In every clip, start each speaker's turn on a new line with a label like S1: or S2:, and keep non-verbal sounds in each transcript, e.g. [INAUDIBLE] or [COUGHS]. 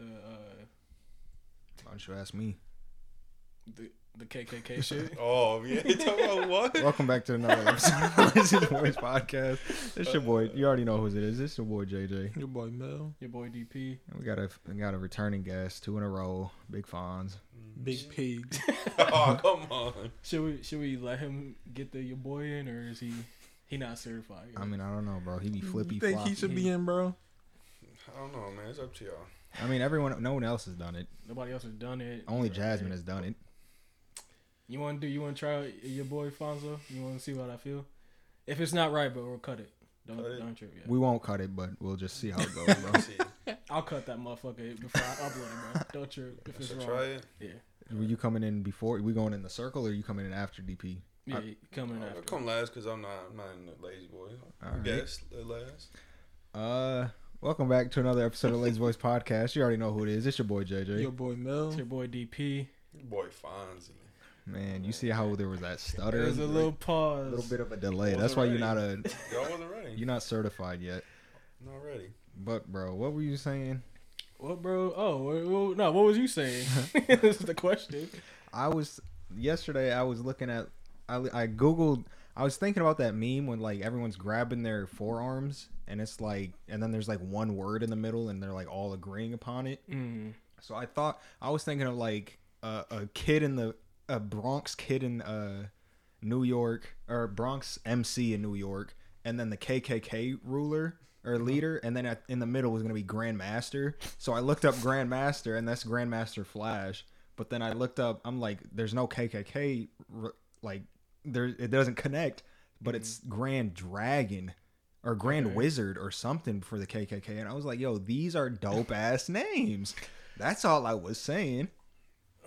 S1: uh,
S2: Don't you ask me.
S1: The, the
S2: [LAUGHS]
S1: KKK shit.
S3: Oh yeah, [LAUGHS] you talking about what?
S2: Welcome back
S1: [LAUGHS]
S2: to another episode of This Is Boys Podcast. It's your boy. You already know who it is. It's your boy JJ.
S3: Your boy Mel,
S1: Your boy DP.
S2: And we got a we got a returning guest, two in a row. Big Fonz.
S4: Big pig.
S3: [LAUGHS] Oh come on.
S1: Should we should we let him get the your boy in, or is he he not certified? yet?
S2: I mean, I don't know, bro. He
S1: Mm,
S2: be flippy
S4: you think
S2: floppy.
S4: he should be in, bro?
S3: I don't know, man. It's up to y'all.
S2: I mean, everyone. No one else has done it.
S1: Nobody else has done it.
S2: Only Jasmine has done it.
S1: You want to do? You want to try out your boy Fonzo? You want to see what I feel? If it's not right, bro, we'll cut it. Don't
S3: Cut it.
S1: don't trip. Yeah,
S2: We won't cut it, but we'll just see how it goes,
S1: [LAUGHS]
S2: bro.
S3: [LAUGHS] See,
S1: I'll cut that motherfucker before I upload it,
S2: [LAUGHS]
S1: bro. Don't trip if it's
S3: should
S1: wrong.
S3: try it.
S1: Yeah,
S2: Were you coming in before? We going in the circle, or you coming in after DP?
S1: yeah, coming
S3: I'll
S1: after.
S3: Oh, Uh, come last because I'm not. I'm not in the lazy boy.
S2: All right.
S3: Yes, the last.
S2: Uh, welcome back to another episode of Lazy Voice Podcast. You already know who it is. It's your boy JJ.
S4: Your boy Mel.
S1: It's your boy DP.
S3: Your boy Fonzie.
S2: Man, you see how there was that stutter?
S1: There's a little pause.
S2: a little bit of a delay.
S3: Wasn't
S2: That's why you're
S3: ready.
S2: not a
S3: Y'all wasn't ready.
S2: you're not certified yet.
S3: Not ready.
S2: But bro, what were you saying?
S1: What, bro? Oh, well, well, no. What was you
S2: [LAUGHS]
S1: saying? [LAUGHS] this is the question.
S2: I was yesterday. I was looking at. I I googled. I was thinking about that meme when like everyone's grabbing their forearms and it's like, and then there's like one word in the middle and they're like all agreeing upon it.
S1: Mm.
S2: So I thought I was thinking of like a a kid in the a Bronx kid in uh New York or Bronx MC in New York, and then the KKK ruler or leader, and then at, in the middle was gonna be Grandmaster. So I looked up Grandmaster, and that's Grandmaster Flash. But then I looked up, I'm like, there's no KKK r- like there it doesn't connect, but it's Grand Dragon. Or Grand
S1: Okay.
S2: Wizard or something for the KKK, and I was like, "Yo, these are dope ass names." That's all I was saying.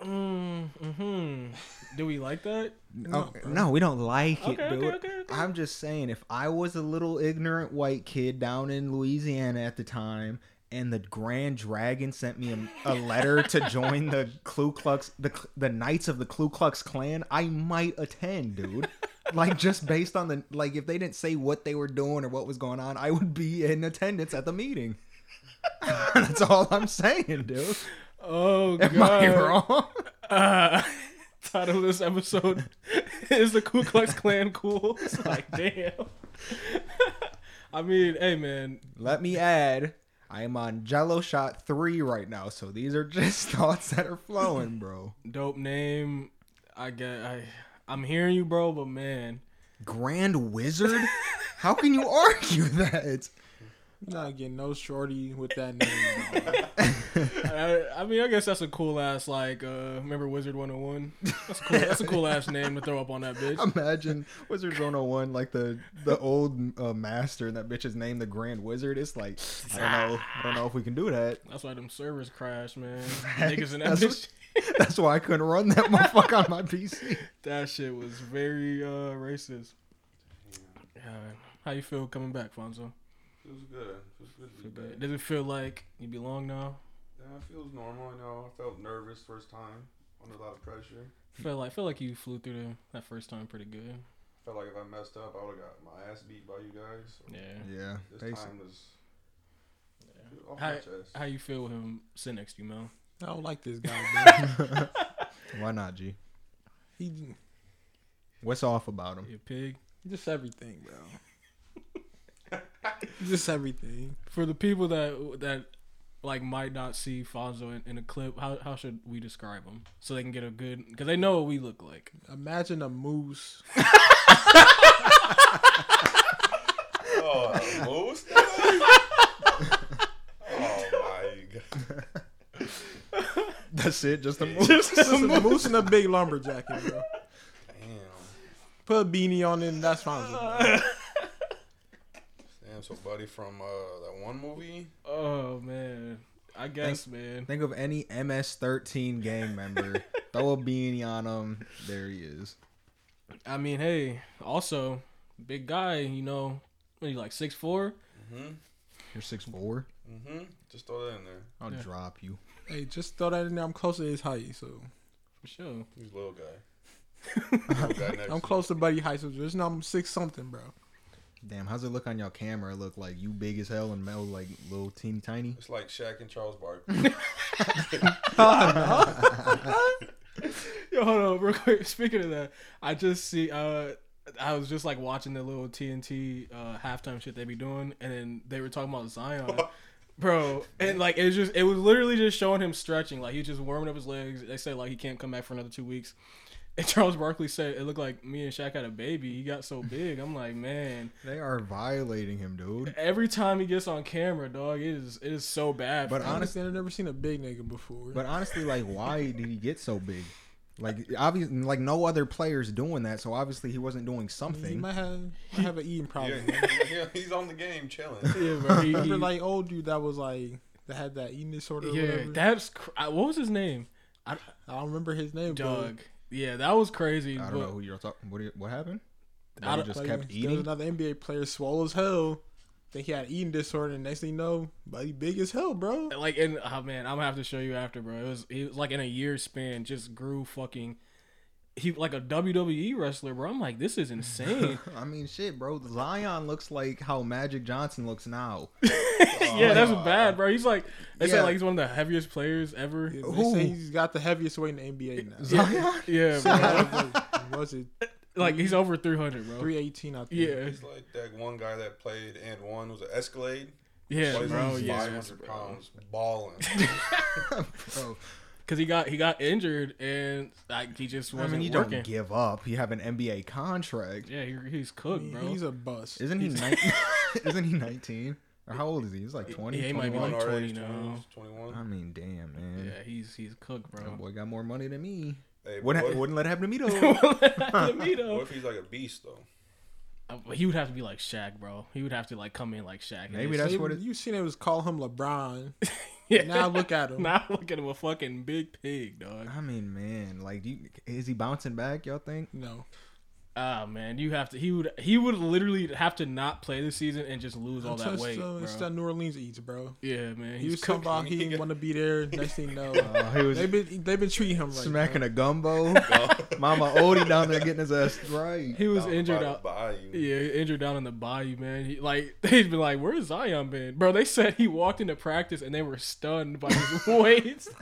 S1: Mm, mhm. Do we like that?
S2: No, no we don't like it,
S1: Okay, okay,
S2: dude.
S1: okay, okay.
S2: I'm just saying, if I was a little ignorant white kid down in Louisiana at the time, and the Grand Dragon sent me a, a letter
S1: [LAUGHS]
S2: to join the Ku Klux, the K- the Knights of the Ku Klux Klan, I might attend, dude. like just based on the like, if they didn't say what they were doing or what was going on, I would be in attendance at the meeting. [LAUGHS] That's all I'm saying, dude.
S1: Oh
S2: Am
S1: god.
S2: I wrong?
S1: Uh, [LAUGHS] title of this episode [LAUGHS] is the Ku Klux Klan cool. It's [LAUGHS] like damn. I mean, hey man,
S2: Let me add, I am on Jello Shot 3 right now, so these are just [LAUGHS] thoughts that are flowing, bro.
S1: dope name. I get I I'm hearing you, bro, but man,
S2: Grand Wizard? How can you argue [LAUGHS] that?
S4: You're not getting no shorty with that name. bro.
S1: I, I mean, I guess that's a cool ass like uh remember Wizard 101? That's a cool. That's a cool ass name to throw up on that
S2: [LAUGHS]
S1: bitch.
S2: Imagine Wizards 101, like the the old uh, master, and that bitch's name, the Grand Wizard. It's like, I don't know, I don't know if we can do that. [LAUGHS]
S1: That's why them servers crashed, man. Niggas in that
S2: That's
S1: bitch.
S2: [LAUGHS] That's why I couldn't run that [LAUGHS] motherfucker on my PC.
S1: That shit was very uh, racist. Uh, how you feel coming back, Fonzo?
S3: Feels good. Feels good to be back.
S1: Does it feel like you belong now?
S3: Yeah, it feels normal. You know, I felt nervous first time. Under a lot of pressure.
S1: Feel like feel like you flew through the, that first time pretty good.
S3: Felt like if I messed up, I would have got my ass beat by you guys. So
S1: Yeah.
S2: Yeah,
S3: This
S2: basic.
S3: time was
S1: Yeah.
S3: it was off
S1: How-
S3: my chest.
S1: How you feel with him sitting next to you, Mel?
S4: I don't like this guy, bro.
S2: Why not, G?
S4: He
S2: What's off about him? [LAUGHS]
S1: You pig.
S4: just everything, bro. just everything.
S1: For the people that that like might not see Fonzo in, in a clip, how how should we describe him so they can get a good because they know what we look like.
S4: Imagine a moose.
S3: [LAUGHS] Oh, a moose? oh my god.
S2: That's it, just a move.
S4: Just a moose and a big lumberjack, bro.
S3: Damn.
S4: Put a beanie on it and that's fine. bro.
S3: Damn, so buddy from uh that one movie?
S1: Oh man, I guess man.
S2: Think of any MS-13 gang member. Throw a beanie on him. There he is.
S1: I mean, hey, also big guy. You know, what are you like six four?
S3: Mm-hmm.
S2: You're six four.
S3: Mm-hmm. Just throw that in there.
S2: I'll
S1: Yeah.
S2: drop you.
S4: Hey, just throw that in there. I'm close to his height, so
S1: For sure.
S3: He's little guy.
S1: [LAUGHS]
S3: little guy next
S4: I'm
S3: to
S4: close to Buddy height, so just know I'm six something, bro.
S2: Damn, how's it look on your camera? It look like you big as hell and Mel
S3: [LAUGHS]
S2: like little teeny
S1: [LAUGHS]
S2: tiny.
S3: me. It's like Shaq and Charles Barkley.
S4: Oh,
S1: real quick, [LAUGHS] speaking of that, I just see. Uh, I was just like watching the little TNT uh, halftime shit they be doing, and then they were talking about
S4: [LAUGHS]
S1: Zion, bro. And like it was just, it was literally just showing him stretching, like he was just warming up his legs. They said like he can't come back for another two weeks. And [LAUGHS] Charles Barkley said it looked like me and Shaq had a baby. He got
S4: [LAUGHS]
S1: so big. I'm like, man.
S2: They are violating him, dude.
S1: Every time he gets on camera, dog, it is it is so bad.
S2: But
S1: for
S4: I [LAUGHS]
S1: him.
S4: honestly, I've never seen a big nigga before.
S2: But honestly, like, why did he get so big? Like, obviously, like no other players doing that, so obviously he wasn't doing
S4: he
S2: something.
S4: might have might have an eating problem.
S3: Yeah, he's on the game chilling.
S1: [LAUGHS] yeah, bro, he- he-
S4: Remember, like old dude that was like that had that eating disorder. or
S1: yeah,
S4: whatever?
S1: that's cr- I- what was his name,
S4: I don't remember his name.
S1: Doug. Yeah, that was crazy.
S2: I
S1: but
S2: don't know who you're talking. What? What happened? [LAUGHS]
S1: I don't-
S2: They
S4: But,
S2: just
S4: like,
S2: kept
S4: There was
S2: eating.
S4: another NBA player swole as hell. Think he had an eating disorder, and next thing you know, buddy, big as hell, bro.
S1: like and oh man, I'm gonna have to show you after, bro. It was he was like in a year span, just grew fucking. He like a WWE wrestler, bro. I'm like, this is
S2: [LAUGHS]
S1: insane. [LAUGHS]
S2: I mean, shit, bro. Zion looks like how Magic Johnson looks now. [LAUGHS]
S1: yeah, that's bad, bro. He's like, they said
S2: Yeah.
S1: like he's one of the heaviest players ever.
S4: They
S1: Yeah,
S2: Who?
S4: say he's got the heaviest weight in the NBA now.
S2: Zion.
S4: [LAUGHS]
S1: bro.
S4: Like, was it
S1: like he's over 300, bro.
S4: 318? I think.
S1: Yeah,
S3: He's like that one guy that played and one was an Escalade.
S1: yeah,
S3: Plays
S1: bro.
S3: like
S1: Yeah,
S3: 500 pounds, balling.
S1: [LAUGHS]
S2: Bro,
S1: because he got he got injured and like he just
S2: I
S1: wasn't
S2: mean, you
S1: working.
S2: don't give up. You have an NBA contract.
S1: yeah, he, he's cooked, bro.
S4: He's a bust.
S2: Isn't
S1: [LAUGHS]
S2: he? 19, [LAUGHS] isn't he 19? Or how old is he? He's like 20.
S1: Yeah, he might be like Um,
S2: 21?
S1: 20
S3: already
S1: now.
S3: 21.
S2: I mean, damn, man.
S1: yeah, he's he's cooked,
S2: That
S1: bro.
S2: boy got more money than me.
S3: Hey,
S2: Wouldn't,
S3: what,
S2: wouldn't let
S1: [LAUGHS]
S2: it happen to me though.
S1: To me,
S3: what [LAUGHS]
S1: though.
S3: if he's like a beast though?
S1: Uh, He would have to be like Shaq, bro. He would have to like come in like Shaq. and
S2: Maybe
S1: just-
S2: that's
S4: They-
S2: what it-
S4: you seen it was call
S1: [LAUGHS]
S4: him LeBron.
S1: yeah.
S4: Now
S1: [LAUGHS]
S4: look at him.
S1: Now look at him a fucking big pig, dog.
S2: I mean, man, like, do you, is he bouncing back? Y'all think?
S4: No,
S1: Ah man, you have to. He would. He would literally have to not play this season and just lose all
S4: It's
S1: that
S4: just,
S1: weight,
S4: uh,
S1: bro.
S4: It's that New Orleans eats, bro.
S1: yeah, man.
S4: He
S1: He's
S4: was talking
S1: cooked.
S4: about
S1: [LAUGHS]
S4: he didn't want to be there. Next thing
S2: [LAUGHS]
S4: you know,
S2: Uh, he was uh,
S4: they've been they've been treating him right.
S2: smacking a [LAUGHS] gumbo. Mama Odie down there getting his ass right.
S1: [LAUGHS] He was
S3: Down
S1: injured
S3: by-
S1: out.
S3: by you.
S1: Yeah, injured down in the bayou, man. He, like [LAUGHS] they'd been like, "Where's Zion been, bro?" They said he walked into practice and they were stunned by
S4: [LAUGHS]
S1: his weight. [LAUGHS]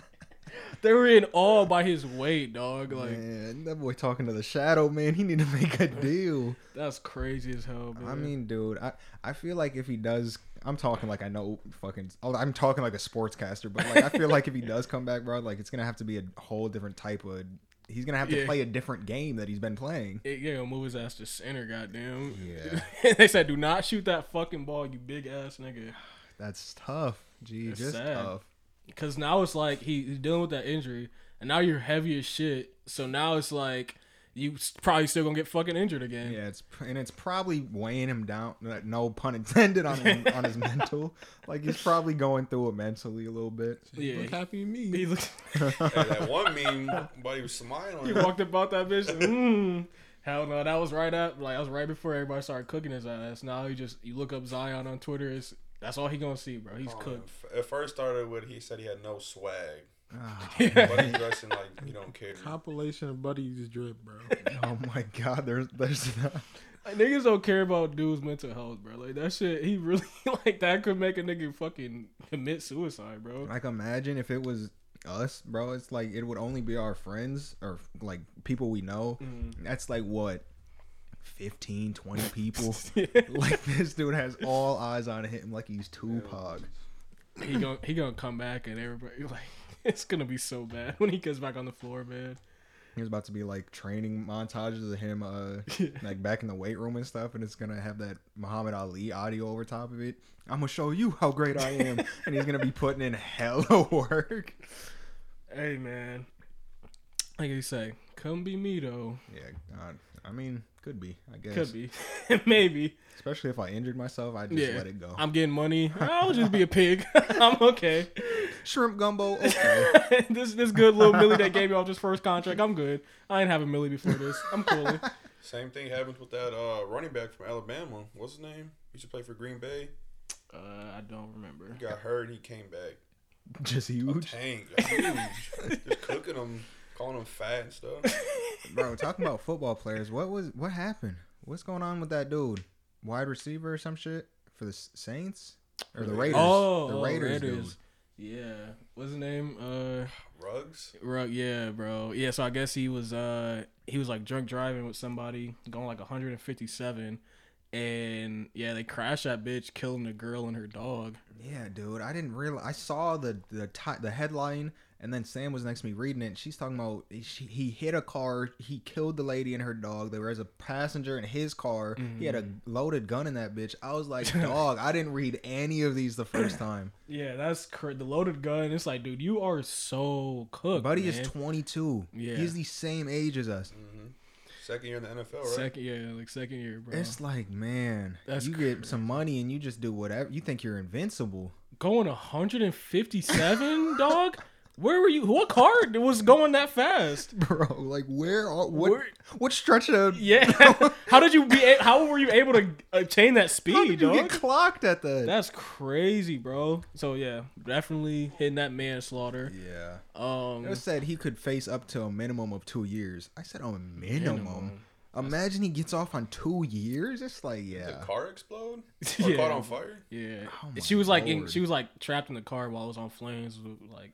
S1: they were in awe by his weight, dog. Like
S2: Man, that boy talking to the shadow, man. He need to
S1: [LAUGHS]
S2: make a deal.
S1: that's crazy as hell, man.
S2: I mean, dude, I, I feel like if he does, I'm talking like I know fucking, oh, I'm talking like a sportscaster, but like I feel like if he does come back, bro, like it's gonna have to be a whole different type of. He's gonna have to
S1: Yeah.
S2: play a different game that he's been playing.
S1: it, yeah, move his ass to center, goddamn.
S2: Yeah.
S1: [LAUGHS] they said, "Do not shoot that fucking ball, you big ass nigga."
S2: That's tough. Gee,
S1: That's
S2: just
S1: sad.
S2: tough.
S1: Because now it's like he, he's dealing with that injury, and now you're heavy as shit. So now it's like you s- probably still gonna get fucking injured again.
S2: Yeah, it's and it's probably weighing him down. No pun intended on him, on his mental. Like he's probably going through it mentally a little
S1: [LAUGHS]
S2: bit.
S1: Yeah.
S4: Look happy to me.
S1: He looks.
S3: Hey, that one meme, buddy was
S1: [LAUGHS]
S3: smiling.
S1: He walked about that bitch. Mm, hell no, that was right up. Like that was right before everybody started cooking his ass. Now you just you look up Zion on Twitter. It's, that's all he gonna see, bro. He's
S3: Oh,
S1: cooked.
S3: f- It first started with he said he had no swag,
S2: Ah,
S3: but he's dressing like he don't care.
S4: Compilation of buddies drip,
S1: [LAUGHS]
S4: bro.
S2: oh my God, there's there's
S1: Like, niggas don't care about dudes' mental health, bro. Like that shit, he really [LAUGHS] like that could make a nigga fucking commit suicide, bro. [LAUGHS]
S2: like imagine if it was us, bro. It's like it would only be our friends or like people we know.
S1: Mm-hmm.
S2: That's like what 15, 20 people. [LAUGHS] like this dude has all eyes on him, like he's Tupac.
S1: He gonna he gonna come back and everybody [LAUGHS] like it's gonna be so bad [LAUGHS] when he gets back on the floor, man.
S2: He was about to be like training montages of him,
S1: [LAUGHS]
S2: uh, like back in the weight room and stuff, and it's gonna have that Muhammad Ali audio over top of it. I'm gonna show you how great
S1: [LAUGHS]
S2: I am, and he's gonna be putting in hella work.
S1: Hey man, like you say, come be me though.
S2: Yeah, uh, I mean, could be, I guess.
S1: Could be, [LAUGHS] maybe.
S2: Especially if I injured myself, I just
S1: yeah,
S2: let it go.
S1: I'm getting money. I'll just be a pig. [LAUGHS] I'm okay.
S2: Shrimp [LAUGHS] gumbo, okay.
S1: [LAUGHS] this this good little Millie that gave me off this first contract. I'm good. I ain't having Millie before this. I'm cool. Uh,
S3: Same thing happens with that uh, running back from Alabama. What's his name? He should play for Green Bay.
S1: Uh, I don't remember.
S3: He got hurt. and He came back.
S2: just huge,
S3: Tank, huge. Just cooking him, calling him fat and stuff.
S2: bro. Talking about football players, what was what happened? What's going on with that dude? Wide receiver or some shit for the S- Saints or the Raiders?
S1: Oh,
S2: the
S1: oh,
S2: Raiders,
S1: Raiders.
S2: dude.
S1: Yeah. What's his name? Uh,
S3: drugs?
S1: Bro, yeah, bro. Yeah, so I guess he was uh he was like drunk driving with somebody, going like 157. And yeah, they crashed that bitch, killing the girl and her dog.
S2: Yeah, dude. I didn't realize. I saw the the ti- the headline, and then Sam was next to me reading it. She's talking about she, he hit a car. He killed the lady and her dog. There was a passenger in his car. He had a loaded gun in that bitch. I was [LAUGHS] like, dog. I didn't read any of these the first time.
S1: Yeah, that's cr- the loaded gun. It's like, dude, you are so cooked.
S2: Buddy
S1: man.
S2: is 22.
S1: Yeah.
S2: He's the same age as us.
S3: Second year in the NFL, right?
S1: second, yeah, like second year, bro.
S2: It's like, man,
S1: That's
S2: you get some money and you just do whatever. You think you're invincible. [LAUGHS]
S1: going 157, [LAUGHS] dog. Where were you? What car was going that fast?
S2: [LAUGHS] Bro, like where are what
S1: Where-
S2: what stretch of
S1: Yeah, [LAUGHS] how did you be? a- How were you able to obtain that speed,
S2: how did you
S1: dog?
S2: get clocked at the
S1: That's crazy, bro. So yeah, definitely hitting that manslaughter.
S2: Yeah.
S1: Um,
S2: It said he could face up to a minimum of two years. I said a minimum.
S1: Minimum.
S2: Imagine he gets off on two years. It's like
S3: Did
S2: yeah.
S3: the car
S1: [LAUGHS]
S3: explode? Or
S1: Yeah.
S3: caught on fire?
S1: yeah,
S2: Oh my
S1: she was like, in,
S2: lord.
S1: she was like trapped in the car while it was on flames. Like,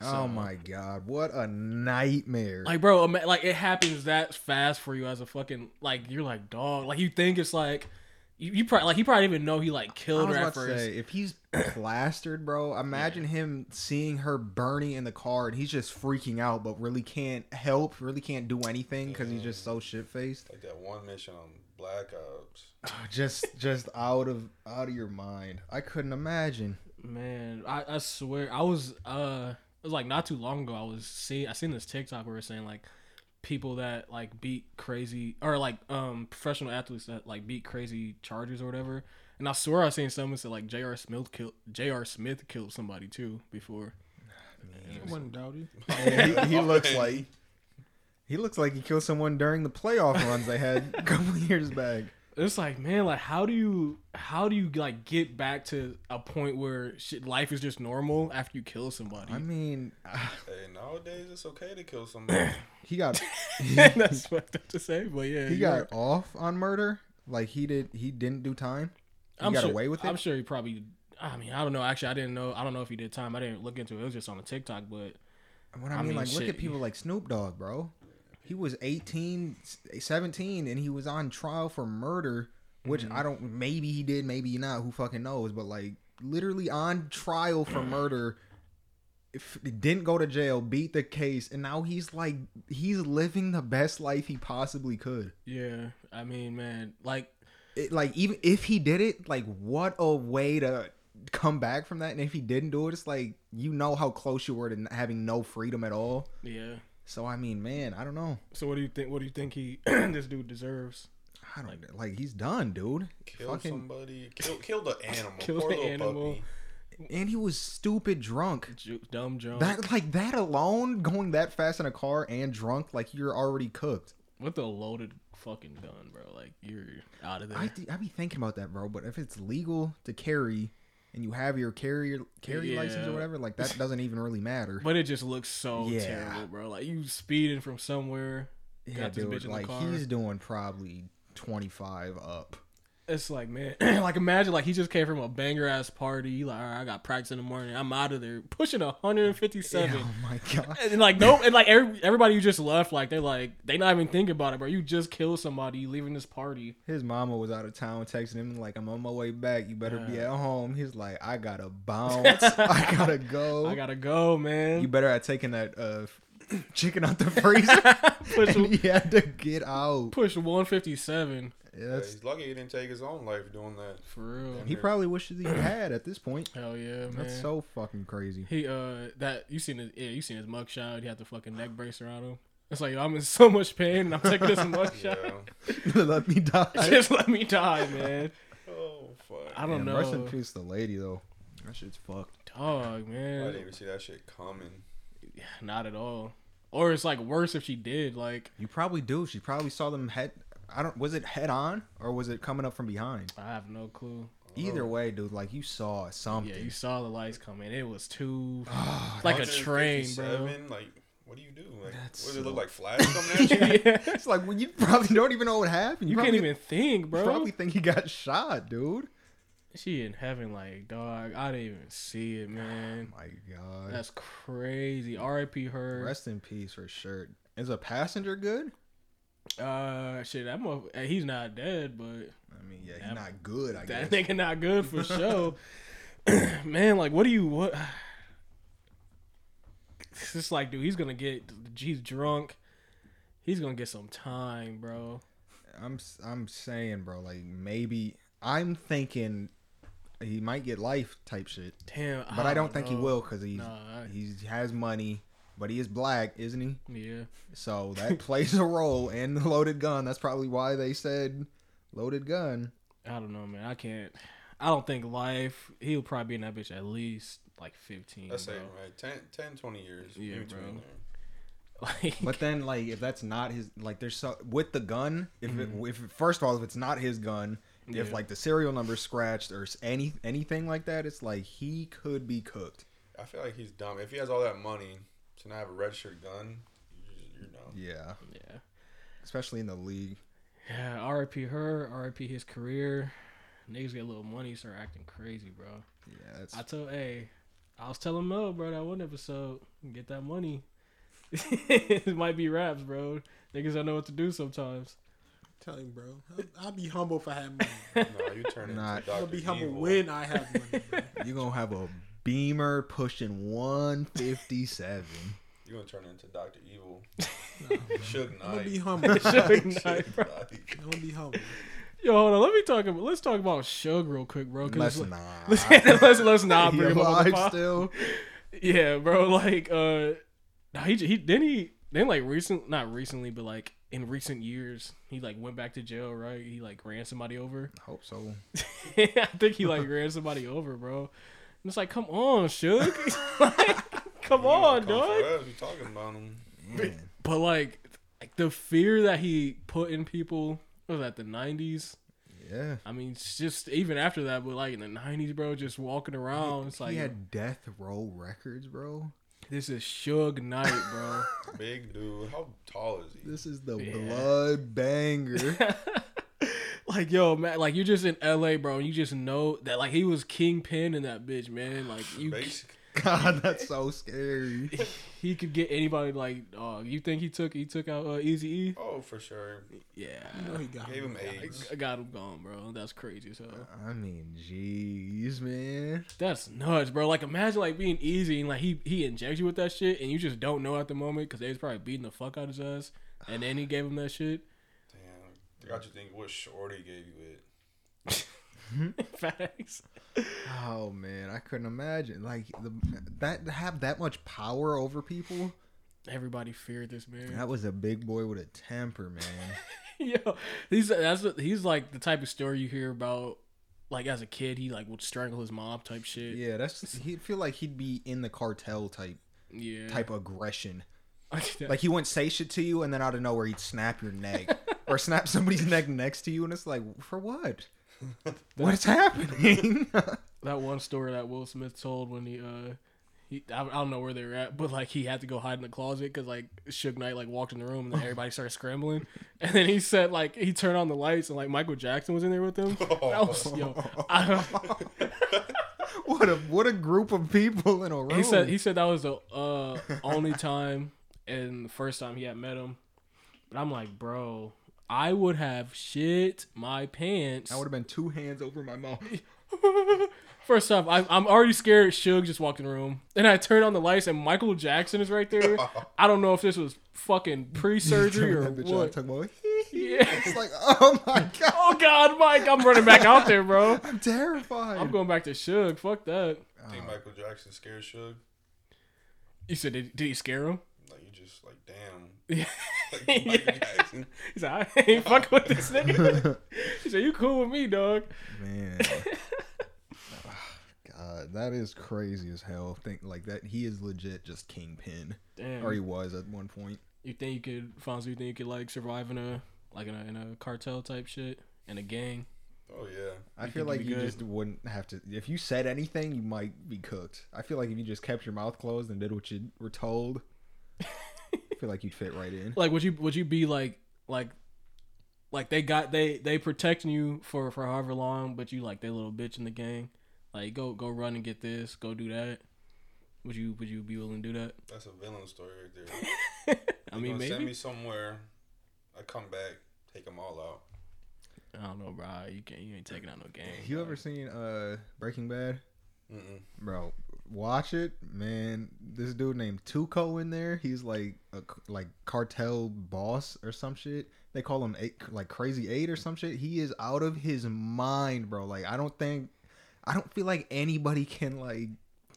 S2: Oh my god, what a nightmare.
S1: like bro, ima- like it happens that fast for you as a fucking like you're like dog. Like you think it's like you, you probably like he probably didn't even know he like
S2: I
S1: killed
S2: was
S1: her
S2: about
S1: at
S2: to
S1: first.
S2: say, if he's [CLEARS THROAT] plastered, bro, imagine him seeing her burning in the car and he's just freaking out, but really can't help, really can't do anything because he's just so shit faced.
S3: Like that one mission on Black Ops.
S2: [SIGHS] just, just out of out of your mind. I couldn't imagine.
S1: Man, I, I swear I was uh it was like not too long ago I was seeing I seen this TikTok where it was saying like people that like beat crazy or like um professional athletes that like beat crazy charges or whatever. And I swear I seen someone say like J.R. Smith killed J.R. Smith killed somebody too before.
S4: It wasn't Dowdy.
S2: Yeah, he, he looks like he looks like he killed someone during the playoff runs they had a couple [LAUGHS] years back.
S1: It's like man, like how do you how do you like get back to a point where shit, life is just normal after you kill somebody?
S2: I mean, [SIGHS] ah,
S3: Hey, nowadays it's okay to kill somebody.
S2: he got
S1: [LAUGHS] That's fucked up to say, but yeah,
S2: he
S1: you're
S2: got off on murder. Like he did, he didn't do time. He got
S1: sure,
S2: away with
S1: I'm
S2: it.
S1: sure he probably. I mean, I don't know. Actually, I didn't know. I don't know if he did time. I didn't look into it. It was just on a TikTok, but
S2: What I,
S1: I
S2: mean,
S1: mean,
S2: like look
S1: shit,
S2: at people like Snoop Dogg, bro. He was 18, 17, and he was on trial for murder, which
S1: Mm-hmm.
S2: I don't. Maybe he did, maybe not. Who fucking knows? But like, literally on
S1: [CLEARS THROAT]
S2: trial for murder, if didn't go to jail, beat the case, and now he's like, he's living the best life he possibly could.
S1: yeah. I mean, man, like
S2: It, like, even if he did it, like, what a way to come back from that. And if he didn't do it, it's like you know how close you were to n- having no freedom at all.
S1: yeah.
S2: So I mean, man, I don't know.
S1: So what do you think? What do you think he [CLEARS THROAT] this dude deserves?
S2: I don't like, like he's done, dude.
S3: Kill
S2: Fucking,
S3: somebody. Kill kill the animal.
S1: Kill
S3: Poor
S1: the
S3: little
S1: animal.
S3: puppy.
S2: and he was stupid drunk.
S1: Ju- dumb Jones.
S2: That like that alone, going that fast in a car and drunk, like you're already cooked.
S1: with the loaded fucking gun, bro. Like you're out of there.
S2: I th- I be thinking about that, bro. But if it's legal to carry, and you have your carrier carry
S1: Yeah.
S2: license or whatever, like that doesn't even really matter.
S1: but it just looks so
S2: Yeah.
S1: terrible, bro. Like you speeding from somewhere.
S2: yeah,
S1: got this bitch
S2: dude.
S1: in the
S2: Like
S1: car.
S2: he's doing probably twenty five up.
S1: It's like man, [CLEARS THROAT] like imagine like he just came from a banger ass party. He Like all right, I got practice in the morning. I'm out of there. Pushing 157.
S2: Yeah, oh
S1: [LAUGHS]
S2: my god.
S1: And like no, and like every, everybody who just left, like they're like they not even thinking about it, bro. You just killed somebody. You leaving this party.
S2: His mama was out of town texting him like, "I'm on my way back. You better be
S1: Uh-huh.
S2: at home." He's like, "I
S1: [LAUGHS]
S2: gotta bounce. I gotta go.
S1: I gotta go,
S2: You
S1: man.
S2: better at taking that uh, [LAUGHS] chicken out the freezer.
S1: [LAUGHS] push
S2: [LAUGHS] and he had to get out.
S1: push one fifty seven
S2: Yeah,
S3: Yeah,
S2: that's-
S3: he's lucky he didn't take his own life doing that.
S1: for real.
S2: he
S1: [CLEARS THROAT]
S2: probably wishes he had at this point.
S1: Hell yeah, man.
S2: That's so fucking crazy.
S1: [LAUGHS]
S2: [LAUGHS]
S1: he uh that you seen his yeah you seen his mugshot. He had the fucking neck brace around him. It's like yo, I'm in so much pain and I'm taking
S2: [LAUGHS]
S1: this
S3: Yeah.
S1: mugshot.
S2: Let me die.
S1: [LAUGHS] just let me die, man.
S3: oh fuck.
S1: I don't
S2: Damn, Rest in
S1: know,
S2: peace, the lady though. That shit's fucked.
S1: dog,
S3: I
S1: man.
S3: didn't even see that shit coming.
S1: Not at all. Or it's like worse if she did. Like
S2: You probably do. She probably saw them head. I don't. Was it head on or was it coming up from behind?
S1: I have no clue.
S2: Either way, dude. Like you saw something.
S1: Oh. Yeah, you saw the lights coming. It was too
S2: Ah,
S1: like a train, bro.
S3: 157, Like, what do you do? Like,
S2: That's
S3: what does it
S2: so-
S3: look like? Flash
S1: [LAUGHS]
S3: coming at you?
S1: yeah.
S2: [LAUGHS] it's like well, [LAUGHS] you probably don't even know what happened.
S1: You
S2: probably-
S1: can't even think,
S2: you
S1: bro.
S2: Probably think he got shot, dude.
S1: She in heaven, like dog. I didn't even see it, man.
S2: My God.
S1: That's crazy. R.I.P. Her.
S2: Rest in peace for sure. Is a passenger good?
S1: Uh, shit. That mother- eh, he's not dead, but
S2: I mean, yeah,
S1: Yeah.
S2: he's not good. I
S1: that
S2: guess.
S1: nigga not good
S2: [LAUGHS]
S1: for sure. [CLEARS THROAT] man, like, what do you what? [SIGHS] It's just like, dude, he's gonna get. He's drunk. He's gonna get some time, bro.
S2: I'm s- I'm saying, bro, like maybe I'm thinking he might get life type shit,
S1: Damn.
S2: but I don't think he
S1: know.
S2: will because he
S1: Nah, I-
S2: he has money, but he is black, isn't he?
S1: Yeah.
S2: So that [LAUGHS] plays a role in the loaded gun. That's probably why they said loaded gun.
S1: I don't know, man. I can't. I don't think life. He'll probably be in that bitch at least like fifteen.
S3: That's
S1: bro.
S3: it, right? 10, 10 20 years.
S1: Yeah,
S3: in between
S1: bro.
S3: there.
S1: [LAUGHS] Like,
S2: But then, like, if that's not his, like, there's so with the gun. If it, if first of all, if it's not his gun, if
S1: Mm-hmm. Yeah.
S2: like the serial number scratched or s- any anything like that, it's like he could be cooked.
S3: I feel like he's dumb. If he has all that money to not have a registered gun, you're, you're dumb.
S2: Yeah,
S1: yeah.
S2: especially in the league.
S1: Yeah, R.I.P. her, R.I.P. his career. Niggas get a little money, start acting crazy, bro.
S2: Yeah, that's
S1: I told, hey, I was telling Mo, bro, that one episode, get that money. [LAUGHS] it might be raps, bro. Niggas don't know what to do sometimes.
S4: Tell him, bro. I'll, I'll be humble if I have money.
S1: [LAUGHS]
S3: No, you turn into
S2: Nah.
S3: Dr.
S4: I'll be humble
S3: Evil.
S4: when I have money. Bro.
S2: you're gonna have a beamer
S1: [LAUGHS]
S2: pushing 157.
S3: You're going to turn into Dr. Evil.
S4: Nah, bro.
S3: Should
S4: I'm gonna
S3: not.
S1: [LAUGHS]
S4: be humble.
S3: [LAUGHS]
S4: I'm
S1: Suge Knight, bro.
S4: gonna be humble.
S1: Yo, hold on. Let me talk about. Let's talk about Shug real quick, bro. 'cause
S2: Let's
S1: it's
S2: not.
S1: like- [LAUGHS] let's, let's let's not
S2: He
S1: bring him up on the
S2: alive
S1: pod.
S2: still.
S1: Yeah, bro. Like, uh, nah, he j- he then he then like recent not recently, but like in recent years, he like went back to jail, right? He like ran somebody over. [LAUGHS]
S2: I hope so.
S1: I think he like ran somebody over, bro. And it's like, come on, Suge. [LAUGHS] like, come on, dog.
S3: You talking about him?
S2: Man.
S1: But like, like the fear that he put in people what was that the nineties.
S2: Yeah.
S1: I mean, it's just even after that, but like in the nineties, bro, just walking around, it's like
S2: he had death row records, bro.
S1: this is Suge Knight, bro.
S3: Big dude. How tall is he?
S2: This is the
S1: Yeah.
S2: blood banger. [LAUGHS]
S1: like yo, man, like you're just in LA, bro, and you just know that like he was kingpin in that bitch, man. Like you,
S3: Basic.
S2: God, that's so scary.
S1: [LAUGHS] he could get anybody. Like, dog, you think he took he took out uh, Easy E?
S3: Oh, for sure.
S1: Yeah,
S4: You know he got
S3: Gave him
S4: money.
S3: AIDS.
S1: I got him gone, bro. That's crazy. So
S2: I mean, jeez, man.
S1: that's nuts, bro. Like imagine like being easy and like he he injects you with that shit, and you just don't know at the moment because they was probably beating the fuck out of his ass, and then he gave him that shit.
S3: Damn. I got you thinking what Shorty gave you it.
S1: Facts.
S2: Oh man, I couldn't imagine like the, that to have that much power over people.
S1: Everybody feared this man.
S2: That was a big boy with a temper, man.
S1: Yo, he's that's what he's like the type of story you hear about. Like as a kid, he like would strangle his mom type shit.
S2: yeah, that's he feel like he'd be in the cartel type
S1: Yeah,
S2: type aggression.
S1: [LAUGHS] Like,
S2: Like he wouldn't say shit to you, and then out of nowhere he'd snap your neck or snap somebody's neck next to you, and it's like for what? what is happening? [LAUGHS]
S1: that one story that Will Smith told when he uh. He, I, I don't know where they were at, but like he had to go hide in the closet because like Suge Knight like walked in the room and then everybody started scrambling, and then he said like he turned on the lights and like Michael Jackson was in there with him. [LAUGHS]
S3: Oh,
S1: That was yo. I-
S2: what a what a group of people in a room.
S1: he said he said that was the uh, only time and the first time he had met him. But I'm like, bro, I would have shit my pants.
S2: I would have been two hands over my mouth.
S1: First off, I, I'm already scared. Suge just walked in the room, and I turn on the lights, and Michael Jackson is right
S2: [LAUGHS]
S1: there. I don't know if this was fucking pre-surgery or
S2: That bitch out,
S1: what.
S2: talking [LAUGHS] about,
S1: Yeah.
S2: It's like, oh
S1: [LAUGHS]
S2: my god,
S1: Oh God, Mike, I'm running back out there,
S2: [LAUGHS]
S1: bro.
S2: I'm terrified. Ah,
S1: I'm going back to Suge. Fuck that.
S3: Think Michael Jackson scared Suge?
S1: You said, did, did he scare him?
S3: Like you just like damn.
S1: [LAUGHS] Yeah.
S3: Like,
S1: [LAUGHS]
S3: Michael Jackson.
S1: He said, I ain't fucking with this
S2: [LAUGHS]
S1: nigga. he said, you cool with me, dog.
S2: Man. [LAUGHS]
S1: [LAUGHS]
S2: God, that is crazy as hell. Think like that. He is legit just kingpin,
S1: Damn.
S2: or he was at one point.
S1: You think you could, Fonzo? You think you could like survive in a like in a, in a cartel type shit in a gang?
S3: Oh yeah.
S2: I
S1: You
S2: feel
S1: think
S2: like
S1: you'd be
S2: you just wouldn't have to. If you said anything, you might be cooked. I feel like if you just kept your mouth closed and did what you
S1: [LAUGHS]
S2: were told, I feel like you'd fit right in.
S1: Like, would you would you be like like like they got they they protecting you for for however long, but you like that little bitch in the gang. Like go go run and get this, go do that. Would you would you be willing to do that?
S3: That's a villain story right there.
S1: I
S3: They
S1: mean
S3: gonna Send me
S1: maybe
S3: somewhere. I come back, take them all out.
S1: I don't know, bro. You can't you ain't taking out no gang.
S2: You
S1: bro.
S2: ever seen uh Breaking Bad?
S3: Mm-mm.
S2: Bro, watch it, man. This dude named Tuco in there. He's like a c- like cartel boss or some shit. They call him eight, like Crazy Eight or some shit. He is out of his mind, bro. Like I don't think, I don't feel like anybody can like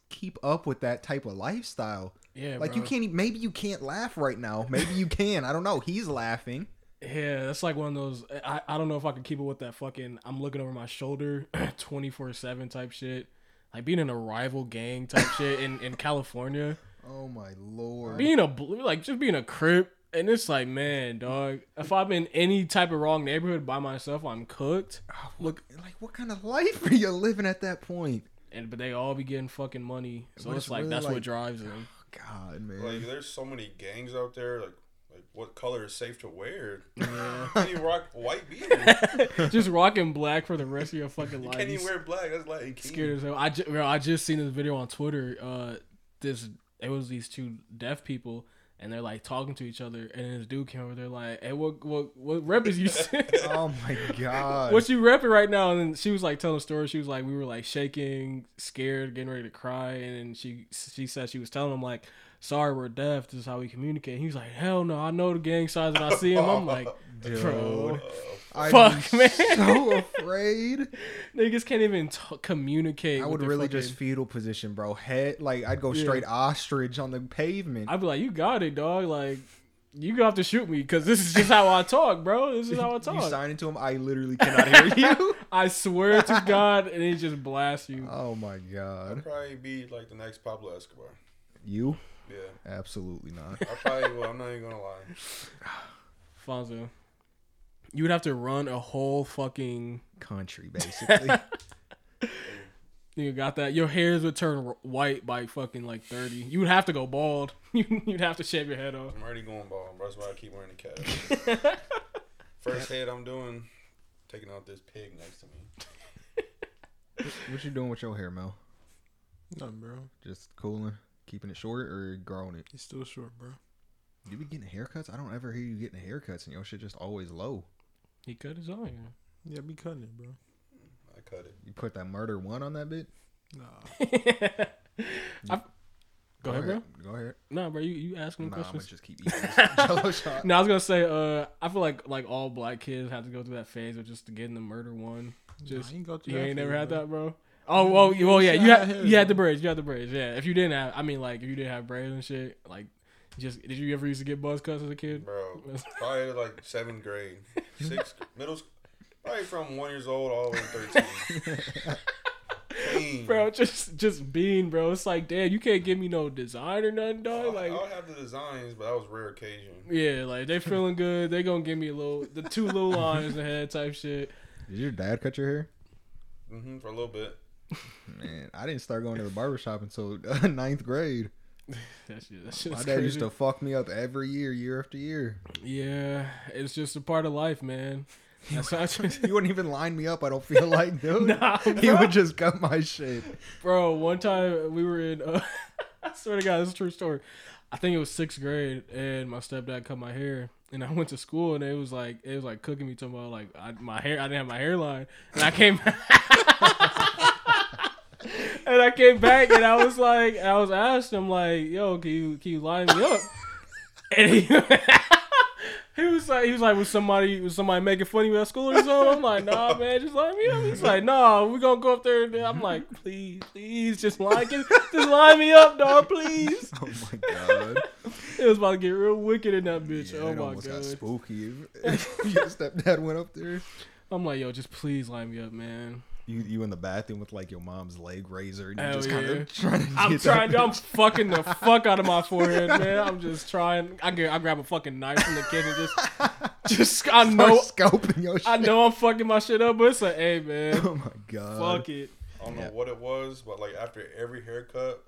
S2: keep up with that type of lifestyle.
S1: Yeah,
S2: like you
S1: bro.
S2: can't. e- Maybe you can't laugh right now. Maybe you can. I don't know. He's laughing.
S1: Yeah, that's like one of those. I, I don't know if I could keep it with that fucking. I'm looking over my shoulder, [CLEARS THROAT] twenty four seven type shit. Like being in a rival gang type shit in in California,
S2: Oh my lord.
S1: being a bl- like just being a crip, and it's like man, dog. If I'm in any type of wrong neighborhood by myself, I'm cooked.
S2: Ah, Look, like what kind of life [LAUGHS] are you living at that point?
S1: And but they all be getting fucking money, so
S2: But
S1: it's,
S2: it's
S1: like
S2: really
S1: that's
S2: like-
S1: what drives them.
S2: God, man.
S3: Like, there's so many gangs out there. Like, like what color is safe to wear? You [LAUGHS] can't even rock white
S1: [LAUGHS]
S3: beard.
S1: just rocking black for the rest of your fucking
S3: You
S1: life.
S3: can't
S1: You
S3: even wear black. That's like
S1: scared as hell. I just, bro, I just seen this video on Twitter. Uh, this it was these two deaf people, and they're like talking to each other, and this dude came over. They're like, "Hey, what what what rep
S2: [LAUGHS]
S1: is you?
S2: oh [LAUGHS] my
S1: [LAUGHS]
S2: god.
S1: what you repping right now?" And then she was like telling a story. She was like, "We were like shaking, scared, getting ready to cry," and then she she said she was telling him like. Sorry, we're deaf. This is how we communicate. He was like, "Hell no! I know the gang signs, and I see him. I'm like, bro,
S2: [LAUGHS] Dude.
S3: Uh,
S2: I'd
S1: Fuck,
S2: be
S1: man.
S2: So [LAUGHS] afraid.
S1: niggas can't even t- communicate."
S2: I
S1: with
S2: would
S1: their
S2: really
S1: fucking-
S2: just fetal position, bro. Head like I'd go
S1: Yeah.
S2: straight ostrich on the pavement.
S1: I'd be like, you got it, dog. Like, you gonna have to shoot me because this is just how I talk, bro. This is how I
S2: [LAUGHS]
S1: [LAUGHS]
S2: You
S1: talk.
S2: sign into him, I literally cannot hear [LAUGHS] you.
S1: I swear
S2: [LAUGHS]
S1: to God, and it just blasts you.
S2: Oh my
S3: I'd
S2: god.
S3: probably be like the next Pablo Escobar.
S2: You?
S3: Yeah,
S2: Absolutely not.
S3: I probably will. I'm not even gonna lie.
S1: Fonzo, you would have to run a whole fucking.
S2: Country,
S1: [LAUGHS]
S2: basically.
S1: You got that? Your hairs would turn r- white by fucking like thirty. You would have to go bald. [LAUGHS] You'd have to shave your head off.
S3: I'm already going bald. Bro. That's why I keep wearing the cap.
S1: [LAUGHS]
S3: First head I'm doing, taking out this pig next to me.
S2: what you doing with your hair, Mel?
S4: Nothing, bro.
S2: Just cooling, keeping it short, or growing it?
S4: It's still short, bro.
S2: You be getting haircuts? I don't ever hear you getting haircuts, and your shit just always low.
S1: He cut his own.
S4: Yeah, be cutting it, bro.
S3: I cut it.
S2: You put that murder one on that bit.
S4: Nah.
S1: hair. I- Go ahead, bro.
S2: Go ahead.
S1: No, bro. You you asking
S2: Nah, I'm
S1: questions?
S2: gonna just keep eating this [LAUGHS] Jello shot.
S1: No, I was gonna say, uh, I feel like like all black kids have to go through that phase of just getting the murder one. Just
S4: nah, I ain't go
S1: you ain't never had
S4: that.
S1: that, bro. Oh well, you- well yeah, you
S4: Yeah, I
S1: had
S4: had
S1: you had
S4: it.
S1: the braids, you had the braids, yeah. If you didn't have, I mean, like if you didn't have braids and shit, like just did you ever used to get buzz cuts as a kid? [LAUGHS]
S3: Bro, probably like seventh grade, sixth, middle, s- probably from one years old all the way to thirteen.
S1: [LAUGHS]
S3: Clean.
S1: Bro, just just being, bro. It's like, damn, you can't give me no design or nothing, dog.
S3: I
S1: Like,
S3: would have the designs, but that was rare occasion.
S1: yeah, like they feeling good. They gonna give me a little the two little lines in the head type shit.
S2: Did your dad cut your hair?
S3: hmm for a little bit.
S2: Man, I didn't start going to the barbershop until [LAUGHS] uh, ninth grade.
S1: That shit, that shit.
S2: My
S1: is
S2: dad
S1: crazy.
S2: used to fuck me up every year, year after year.
S1: Yeah, it's just a part of life, man. That's how I just,
S2: [LAUGHS] He wouldn't even line me up. I don't feel like, dude.
S1: [LAUGHS] Nah,
S2: he
S1: bro.
S2: would just cut
S1: [LAUGHS]
S2: my shit.
S1: bro. One time we were in. Uh, [LAUGHS] I swear to God, this is a true story. I think it was sixth grade, and my stepdad cut my hair, and I went to school, and it was like it was like cooking me talking about like I, my hair. I didn't have my hairline, and I came. [LAUGHS] and I came back, and I was like, I was asked him like, "Yo, can you can you line me up?" and he. [LAUGHS] He was like, he was like, was somebody was somebody making fun of you at school or something? I'm like,
S2: [LAUGHS]
S1: nah, man, just line me up. He's like, nah, we gonna go up there. And I'm like, please, please, just line, just line me up, dog, please.
S2: Oh my god.
S1: It was about to get real wicked in that bitch.
S2: Yeah,
S1: oh
S2: it
S1: my
S2: almost got
S1: god. [LAUGHS]
S2: spooky. [LAUGHS] if your stepdad went up there.
S1: I'm like, yo, just please line me up,
S2: [LAUGHS]
S1: man.
S2: You you in the bathroom with like your mom's leg razor and you're
S1: Hell
S2: just kind [LAUGHS]
S1: yeah.
S2: of trying to.
S1: I'm
S2: get
S1: trying.
S2: that [LAUGHS]
S1: I'm fucking the fuck out of my forehead, man. I'm just trying. I get. I grab a fucking knife from the kitchen. Just,
S2: [LAUGHS]
S1: just. I
S2: bitch.
S1: know.
S2: Start scoping your shit.
S1: I know I'm fucking my shit up, but it's like, hey, man,
S2: [LAUGHS] Oh my god.
S1: fuck it.
S3: I don't
S2: Yeah.
S3: know what it was, but like after every haircut,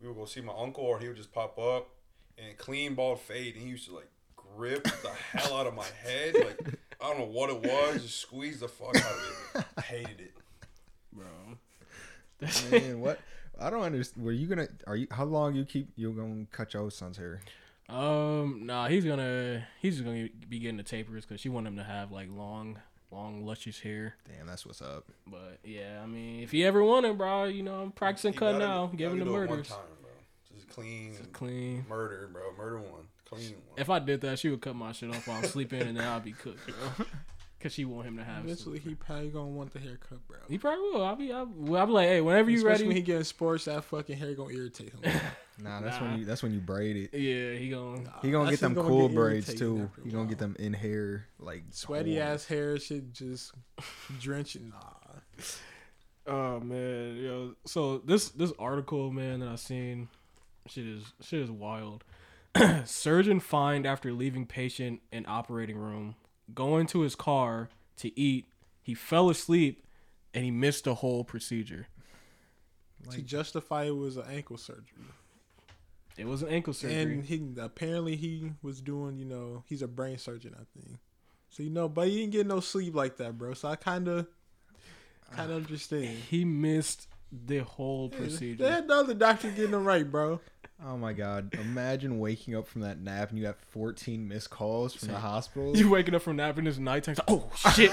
S3: we would go see my uncle, or he would just pop up and clean bald fade, and he used to like grip the hell out of my head. Like I don't know what it was. Just squeezed the fuck out of it. I hated it.
S1: bro.
S2: [LAUGHS] Man, what? I don't understand. Were you gonna? Are you? How long you keep? You gonna cut your son's hair?
S1: Um, nah, he's gonna he's just gonna be getting the tapers because she want him to have like long, long luscious hair.
S2: Damn, that's what's up.
S1: But yeah, I mean, if you ever want it, bro, you know I'm practicing
S3: You
S1: cut
S3: gotta-
S1: now,
S3: you
S1: giving the
S3: gotta do it
S1: murders
S3: One time, bro. Just clean.
S1: clean.
S3: Murder, bro. Murder one. Clean one.
S1: If I did that, she would cut my shit off while I'm sleeping, and then I'd be cooked, bro. Cause she want him to have.
S4: Eventually,
S1: some-
S4: he probably gonna want the haircut, bro.
S1: He probably will. I'll be. I'll, well, I'll be like, hey, whenever you
S4: Especially
S1: ready.
S4: when he getting sports, that fucking hair gonna
S1: [LAUGHS]
S4: irritate him.
S2: Nah, that's
S1: Nah.
S2: when you. That's when you braid it.
S1: yeah, he gonna.
S2: He gonna get
S4: That's
S2: them
S4: just
S2: cool
S4: get
S2: braids
S4: irritating
S2: too.
S4: after a
S2: You gonna get
S4: while.
S2: them in hair like
S4: sweaty
S2: horns.
S4: ass hair should just drench it. Nah,
S1: Oh man, yo. So this this article, man, that I seen, shit is shit is wild. [CLEARS THROAT] Surgeon fined after leaving patient in operating room, going to his car to eat. He fell asleep, and he missed the whole procedure.
S4: to justify it was an ankle surgery,
S1: It was an ankle surgery.
S4: and he apparently he was doing. You know, he's a brain surgeon, I think. So you know, but he didn't get no sleep like that, bro. So I kind of, kind of understand.
S1: he missed the whole
S4: They
S1: procedure.
S4: had the other doctor getting it right, bro.
S2: Oh my god! Imagine waking up from that nap and you got 14 missed calls from the hospital, [LAUGHS]
S1: You waking up from nap and it's nighttime. it's like, oh shit!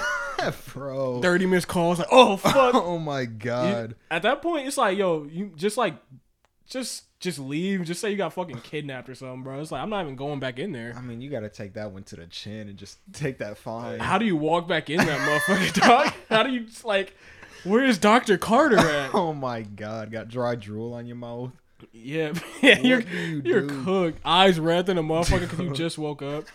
S2: bro. [LAUGHS]
S1: Thirty missed calls. Like oh fuck.
S2: Oh my god!
S1: You- at that point, it's like, yo, you just like, just just leave. Just say you got fucking kidnapped or something, bro. It's like I'm not even going back in there.
S2: I mean, you gotta take that one to the chin and just take that fine.
S1: How do you walk back in that motherfucker, [LAUGHS] dog? How do you just, like? Where is Doctor Carter
S2: [LAUGHS]
S1: at?
S2: Oh my god! Got dry drool on your mouth.
S1: yeah, [LAUGHS] yeah, you're
S2: do you
S1: you're
S2: do?
S1: cooked. Eyes red than a motherfucker because
S2: [LAUGHS]
S1: you just woke up.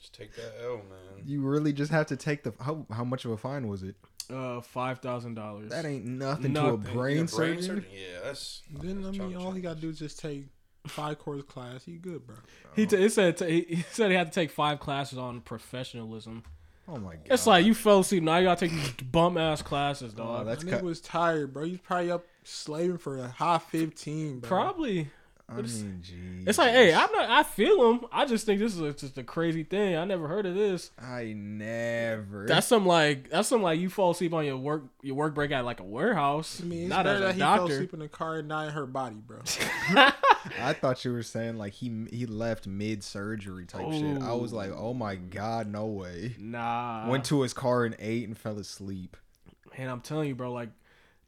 S3: Just take that L, man.
S2: You really just have to take the how how much of a fine was it?
S1: Uh, five thousand dollars.
S2: That ain't nothing, to
S1: Nothing.
S2: a brain,
S3: Yeah,
S2: surgeon.
S3: Yeah, that's.
S4: Then I
S3: Chop
S4: mean, all
S3: chop.
S4: he gotta do is just take five course class. He good, bro.
S1: He t- it said t- he said he had to take five classes on professionalism.
S2: Oh my god!
S1: It's like you fell asleep. Now you gotta take [LAUGHS] these bum ass classes,
S2: Oh,
S1: dog.
S2: that's
S4: That
S2: cut.
S4: nigga was tired, bro. He's probably up slaving for a high fifteen, bro.
S1: Probably.
S2: I mean, geez.
S1: It's like, hey, I'm not. I feel him. I just think this is a, just a crazy thing. I never heard of this.
S2: I never.
S1: That's some like that's some like you fall asleep on your work your work break at like a warehouse.
S4: I mean, it's
S1: not
S4: better
S1: as
S4: that
S1: a
S4: he fell
S1: doctor.
S4: asleep in the car and not in her body, bro.
S2: I thought you were saying like he he left mid surgery type shit. I was
S1: Oh.
S2: like, oh my god, no way.
S1: Nah.
S2: Went to his car and ate and fell asleep.
S1: and I'm telling you, bro, like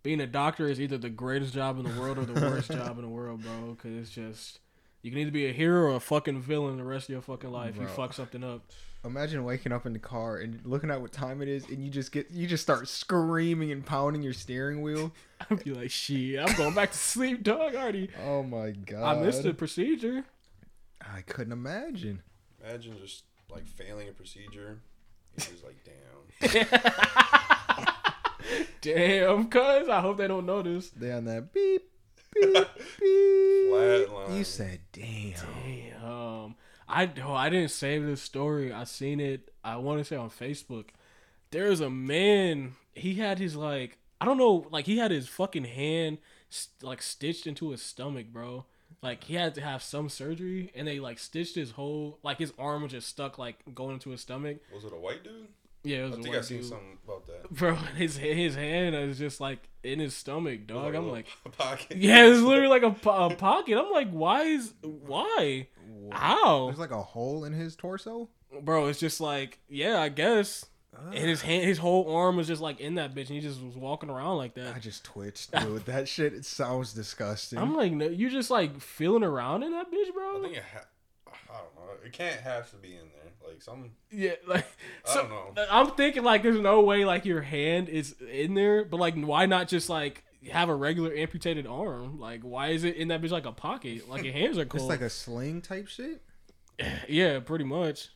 S1: being a doctor is either the greatest job in the world or the worst job in the world, bro. Because it's just you can either be a hero or a fucking villain the rest of your fucking life. You
S2: Bro.
S1: fuck something up. [LAUGHS]
S2: Imagine waking up in the car and looking at what time it is, and you just get you just start screaming and pounding your steering wheel.
S1: I'd be like, shit, I'm going back to sleep, dog. I Already,
S2: Oh my god,
S1: I missed the procedure. [LAUGHS]
S2: I couldn't imagine.
S3: Imagine just like failing a procedure. It's just like, [LAUGHS] damn.
S1: Damn, cuz I hope they don't notice.
S2: They on that beep
S1: [LAUGHS]
S2: beep beep.
S3: Flatline.
S2: You said, damn.
S1: Damn. I oh, I didn't save this story. I seen it. I want to say on Facebook. There is a man. He had his like I don't know. Like he had his fucking hand st- like stitched into his stomach, bro. Like he had to have some surgery, and they like stitched his whole like his arm was just stuck like going into his stomach.
S3: Was it a white dude?
S1: Yeah, it was
S3: I
S1: a
S3: think I
S1: white
S3: seen
S1: dude.
S3: something about
S1: [LAUGHS]
S3: that.
S1: Bro, his his hand is just like in his stomach, dog.
S3: a
S1: I'm
S3: little
S1: like,
S3: [LAUGHS] pocket.
S1: yeah, it's literally like a, po- a pocket. I'm like, why is why? How?
S2: There's like a hole in his torso.
S1: bro, it's just like, yeah, I guess. And his hand, his whole arm was just like in that bitch, and he just was walking around like
S2: I
S1: that.
S2: just twitched, dude. that shit it sounds disgusting.
S1: I'm like, no, you just like feeling around in that bitch,
S3: I
S1: bro.
S3: think it ha- I don't know. It can't have to be in there. Like some.
S1: Yeah, [LAUGHS] like,
S3: I
S1: so,
S3: don't know.
S1: I'm thinking like, there's no way like your hand is in there, but like, why not just like have a regular amputated arm? Like, why is it in that bitch like a pocket? Like your hands are
S2: it's
S1: cold.
S2: like a sling type shit.
S1: yeah, pretty much.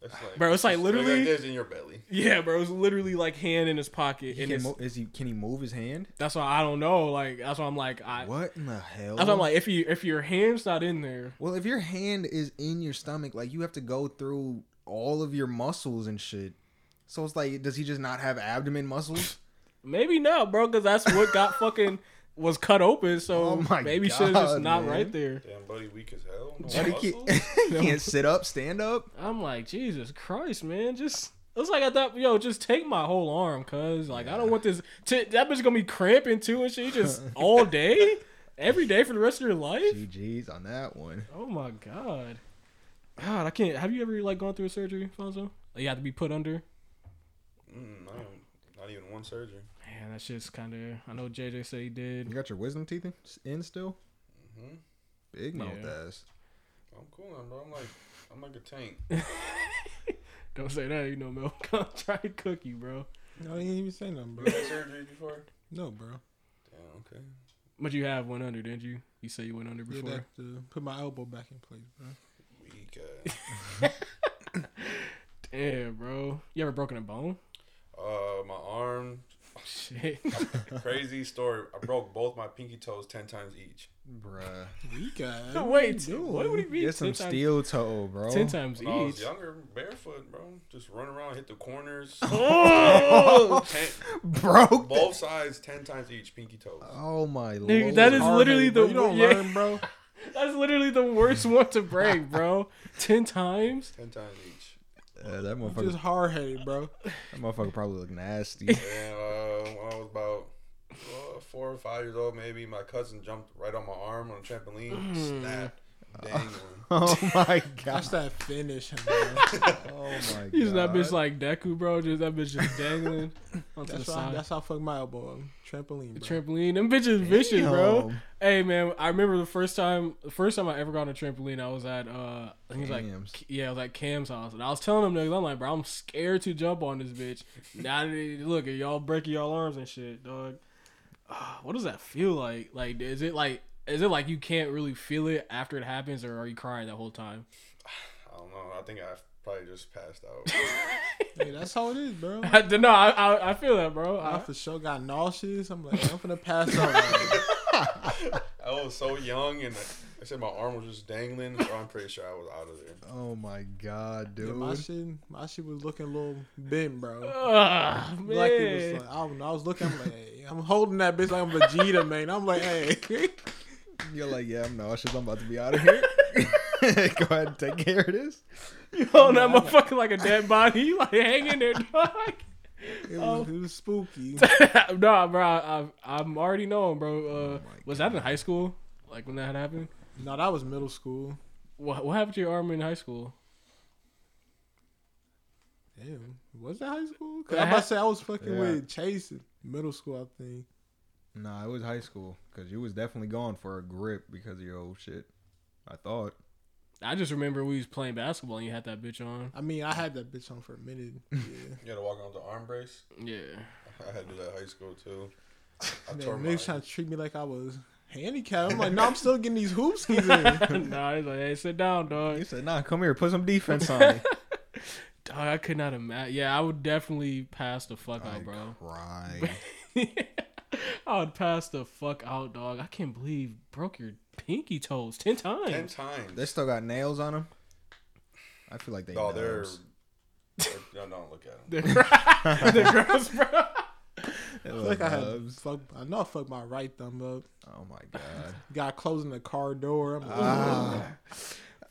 S3: It's like,
S1: Bro, it's like literally-
S3: Like this in your belly.
S1: Yeah, bro, it's literally like hand in his pocket,
S2: He
S1: and
S2: can,
S1: it's-
S2: mo- is he? Can he move his hand?
S1: that's why I don't know. Like, that's why I'm like, I,
S2: What in the hell?
S1: that's why I'm like, if you if your hand's not in there,
S2: well, if your hand is in your stomach, like you have to go through all of your muscles and shit. So it's like, does he just not have
S1: [LAUGHS]
S2: abdomen muscles?
S1: Maybe not, bro, because that's what
S2: [LAUGHS]
S1: got fucking was cut open. So
S2: Oh my
S1: maybe shit's just
S2: God,
S1: not
S2: man.
S1: right there.
S3: Damn, buddy, weak as hell. No
S2: Buddy [LAUGHS]
S3: muscles?
S1: [LAUGHS]
S2: can't, he can't sit up, stand up.
S1: I'm like, Jesus Christ, man, just It was like I thought, yo, just take my whole arm, cause like I don't want this. T- that bitch gonna be cramping too and shit,
S2: [LAUGHS]
S1: just all day, every day for the rest of your life.
S2: GG's on that one.
S1: Oh my god, God, I can't. Have you ever like gone through a surgery, Fonzo? Like, you have to be put under.
S3: Mm, I don't- not even one surgery.
S1: Man, that shit's kind of. I know JJ said he
S2: You
S1: did.
S2: got your wisdom teeth in, in still?
S3: hmm
S2: Big mouth
S1: Mm-hmm. Yeah.
S2: ass.
S3: I'm cool, now, bro. I'm like, I'm like
S1: [LAUGHS]
S3: a tank.
S1: Don't say that, you know, Mel. [LAUGHS] I'm trying to cook you, bro.
S4: No, he didn't even say nothing,
S3: You
S4: bro.
S3: had surgery before?
S4: No, bro.
S3: Damn, okay.
S1: But you have went under, didn't you? You say you went under
S4: Did
S1: before.
S4: that to put my elbow back in place, bro.
S3: Weak
S1: [LAUGHS]
S3: ass.
S1: Damn, bro. You ever broken a bone?
S3: Uh, my arm.
S1: [LAUGHS] Shit.
S3: Crazy story. I broke both my pinky toes ten times each.
S2: Bruh.
S4: We
S1: [LAUGHS]
S4: got.
S1: Wait,
S4: you
S1: what would he be?
S2: Get some steel toe, bro.
S1: Ten
S2: [LAUGHS]
S1: times
S3: When I was
S1: each.
S3: younger, barefoot, bro. Just run around, hit
S1: [LAUGHS]
S3: the corners.
S1: Oh,
S3: Ten,
S2: Broke.
S3: both sides, ten times each, pinky toes.
S2: Oh my
S1: Nigga,
S2: lord.
S1: that is
S4: Hard-headed,
S1: literally
S4: bro.
S1: the
S4: You don't
S1: yeah. [LAUGHS]
S4: learn, bro.
S1: that's literally the worst one to break, bro. Ten times.
S3: Ten times each.
S2: Uh, that
S4: You
S2: motherfucker.
S4: just hard headed, bro.
S2: That motherfucker probably look
S4: [LAUGHS]
S2: nasty. [LAUGHS]
S3: And uh, when I was about uh, four or five years old, maybe my cousin jumped right on my arm on a trampoline,
S4: Hmm.
S3: snapped,
S4: [LAUGHS]
S3: dangling.
S2: oh my gosh.
S4: That's that finish, bro.
S2: Oh my god.
S1: Using that bitch like Deku, bro. Just that bitch just dangling onto
S4: That's
S1: the
S4: why.
S1: side.
S4: That's how I fuck my elbow. up. Trampoline,
S1: the
S4: bro.
S1: trampoline. Them bitches vicious, bro.
S2: Damn.
S1: Hey man, I remember the first time the first time I ever got on a trampoline, I was at uh I think it was
S2: Cam's.
S1: like yeah, I was at Cam's house. And I was telling him niggas, I'm like, bro, I'm scared to jump on this bitch. now that- look at y'all breaking y'all arms and shit, dog. Ah, what does that feel like? Like is it like is it like you can't really feel it after it happens or are you crying the whole time? [LAUGHS]
S3: I don't know. I think I probably just passed out.
S4: Hey, that's how it is, bro.
S1: [LAUGHS] I, no, I, I I feel that, bro.
S4: I
S1: I,
S4: for sure got nauseous. I'm like, I'm gonna pass out. bro.
S3: I was so young, and I said my arm was just dangling, so I'm pretty sure I was out of there.
S2: Oh my god,
S4: Yeah,
S2: dude.
S4: my shit, my shit was looking a little bent, bro.
S1: Ugh, Oh, ah, man.
S4: Like it was like, I don't know. I was looking. I'm like, hey, I'm holding that bitch like I'm Vegeta, man. I'm like, hey, [LAUGHS]
S2: You're like, yeah, I'm nauseous. I'm about to be out of here. [LAUGHS] Go ahead and take care of this.
S1: [LAUGHS] you holding
S4: [LAUGHS]
S1: that motherfucker like a dead body, [LAUGHS] You, like hanging there, dog.
S4: it was,
S1: Oh.
S4: it was
S1: [LAUGHS]
S4: spooky.
S1: nah, bro, I, I, I'm already knowing, bro. Uh,
S2: my
S1: was that in high school? Like when that had happened?
S4: No, that was middle school.
S1: What, what happened to your arm in high school?
S4: Damn, was that high school? 'Cause
S1: I
S4: I'm about
S1: had-
S4: to say I was fucking
S2: Yeah.
S4: with Chase in middle school. I think.
S2: Nah, it was high school because you was definitely gone for a grip because of your old shit. I thought.
S1: I just remember we was playing basketball and you had that bitch on.
S4: I mean, I had that bitch on for a minute. Yeah.
S3: You had to walk on with the arm brace.
S1: Yeah. [LAUGHS]
S3: I had to do that in high school too. I tore
S4: Man,
S3: my.
S4: niggas trying to treat me like I was handicapped. I'm like, no, I'm still getting these hoops
S1: [LAUGHS]
S4: skis in.
S1: nah, he's like, hey, sit down,
S2: You
S1: dog.
S2: said, nah, come here, put some defense on
S4: [LAUGHS]
S2: me.
S1: Dog, I could not imagine. Yeah, I would definitely pass the fuck
S2: I
S1: out, bro. [LAUGHS]
S2: cried.
S1: I would pass the fuck out, dog. I can't believe you broke your pinky toes ten times.
S3: Ten times.
S2: They still got nails on them. I feel like they.
S3: oh, they're.
S2: nails.
S3: they're- No, don't look at
S4: [LAUGHS]
S3: them.
S1: [LAUGHS] The gr- the gross, bro.
S2: They
S4: I
S2: look
S4: feel like I had
S2: nubs.
S4: fuck. I know I fucked my right thumb up.
S2: Oh my god.
S4: Got closing the car door. I'm like,
S2: Ah.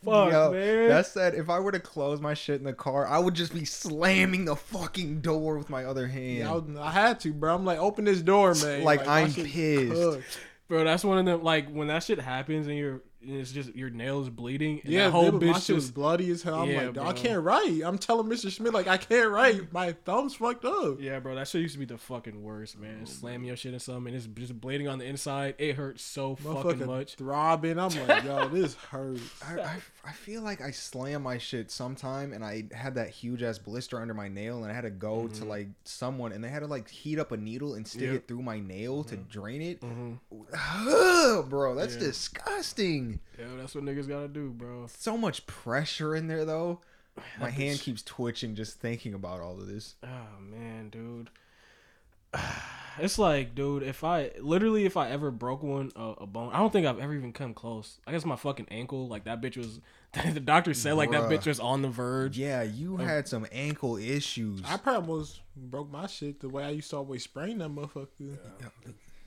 S1: Fuck,
S2: Yo,
S1: man.
S2: That said, if I were to close my shit in the car, I would just be slamming the fucking door with my other hand.
S4: Yeah, I, was- I had to, bro. I'm like, open this door, man.
S2: Like,
S4: my
S2: I'm
S4: shit
S2: pissed.
S4: cooked.
S1: Bro, that's one of them. Like when that shit happens and your and it's just your nails bleeding. And
S4: Yeah,
S1: that whole
S4: dude, my
S1: bitch
S4: shit was
S1: just.
S4: bloody as hell. I'm
S1: Yeah,
S4: like, dog, I
S1: bro.
S4: can't write. I'm telling Mr. Schmidt, like, I can't write. My thumb's fucked up.
S1: Yeah, bro, that shit used to be the fucking worst, man.
S4: Oh,
S1: Slamming your shit in something and it's just bleeding on the inside. It hurts so fucking
S4: Motherfucker
S1: much.
S4: throbbing. I'm
S1: [LAUGHS]
S4: like, yo, this hurts.
S2: I, I, I feel like I slammed my shit sometime and I had that huge ass blister under my nail and I had to go to like someone and they had to like heat up a needle and stick
S1: Yep.
S2: it through my nail to drain it.
S4: Mm-hmm.
S1: Mhm.
S2: Ugh, bro, that's
S1: Yeah.
S2: disgusting.
S1: Yeah, that's what niggas gotta do, bro.
S2: So much pressure in there though. My hand keeps twitching just thinking about all of this.
S1: Oh man, dude. [SIGHS] It's like, dude, if I literally if I ever broke one uh, a bone, I don't think I've ever even come close. I guess my fucking ankle, like that bitch was. [LAUGHS] The doctor said like that
S2: Bruh.
S1: bitch was on the verge.
S2: Yeah,
S1: Oh.
S2: you had some ankle issues.
S4: I probably almost broke my shit the way I used to always sprain that motherfucker.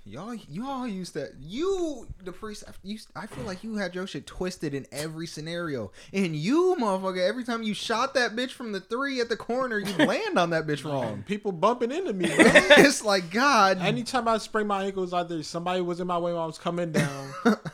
S2: Y'all, you all used to you the priest. You, I feel like you had your shit twisted in every scenario, and you motherfucker, every time you shot that bitch from the three at the
S1: [LAUGHS]
S2: corner, you land on that bitch wrong.
S4: Um, People bumping into me. Bro.
S2: [LAUGHS] it's like God.
S4: Anytime I sprain my ankles out there, somebody was in my way when I was coming down.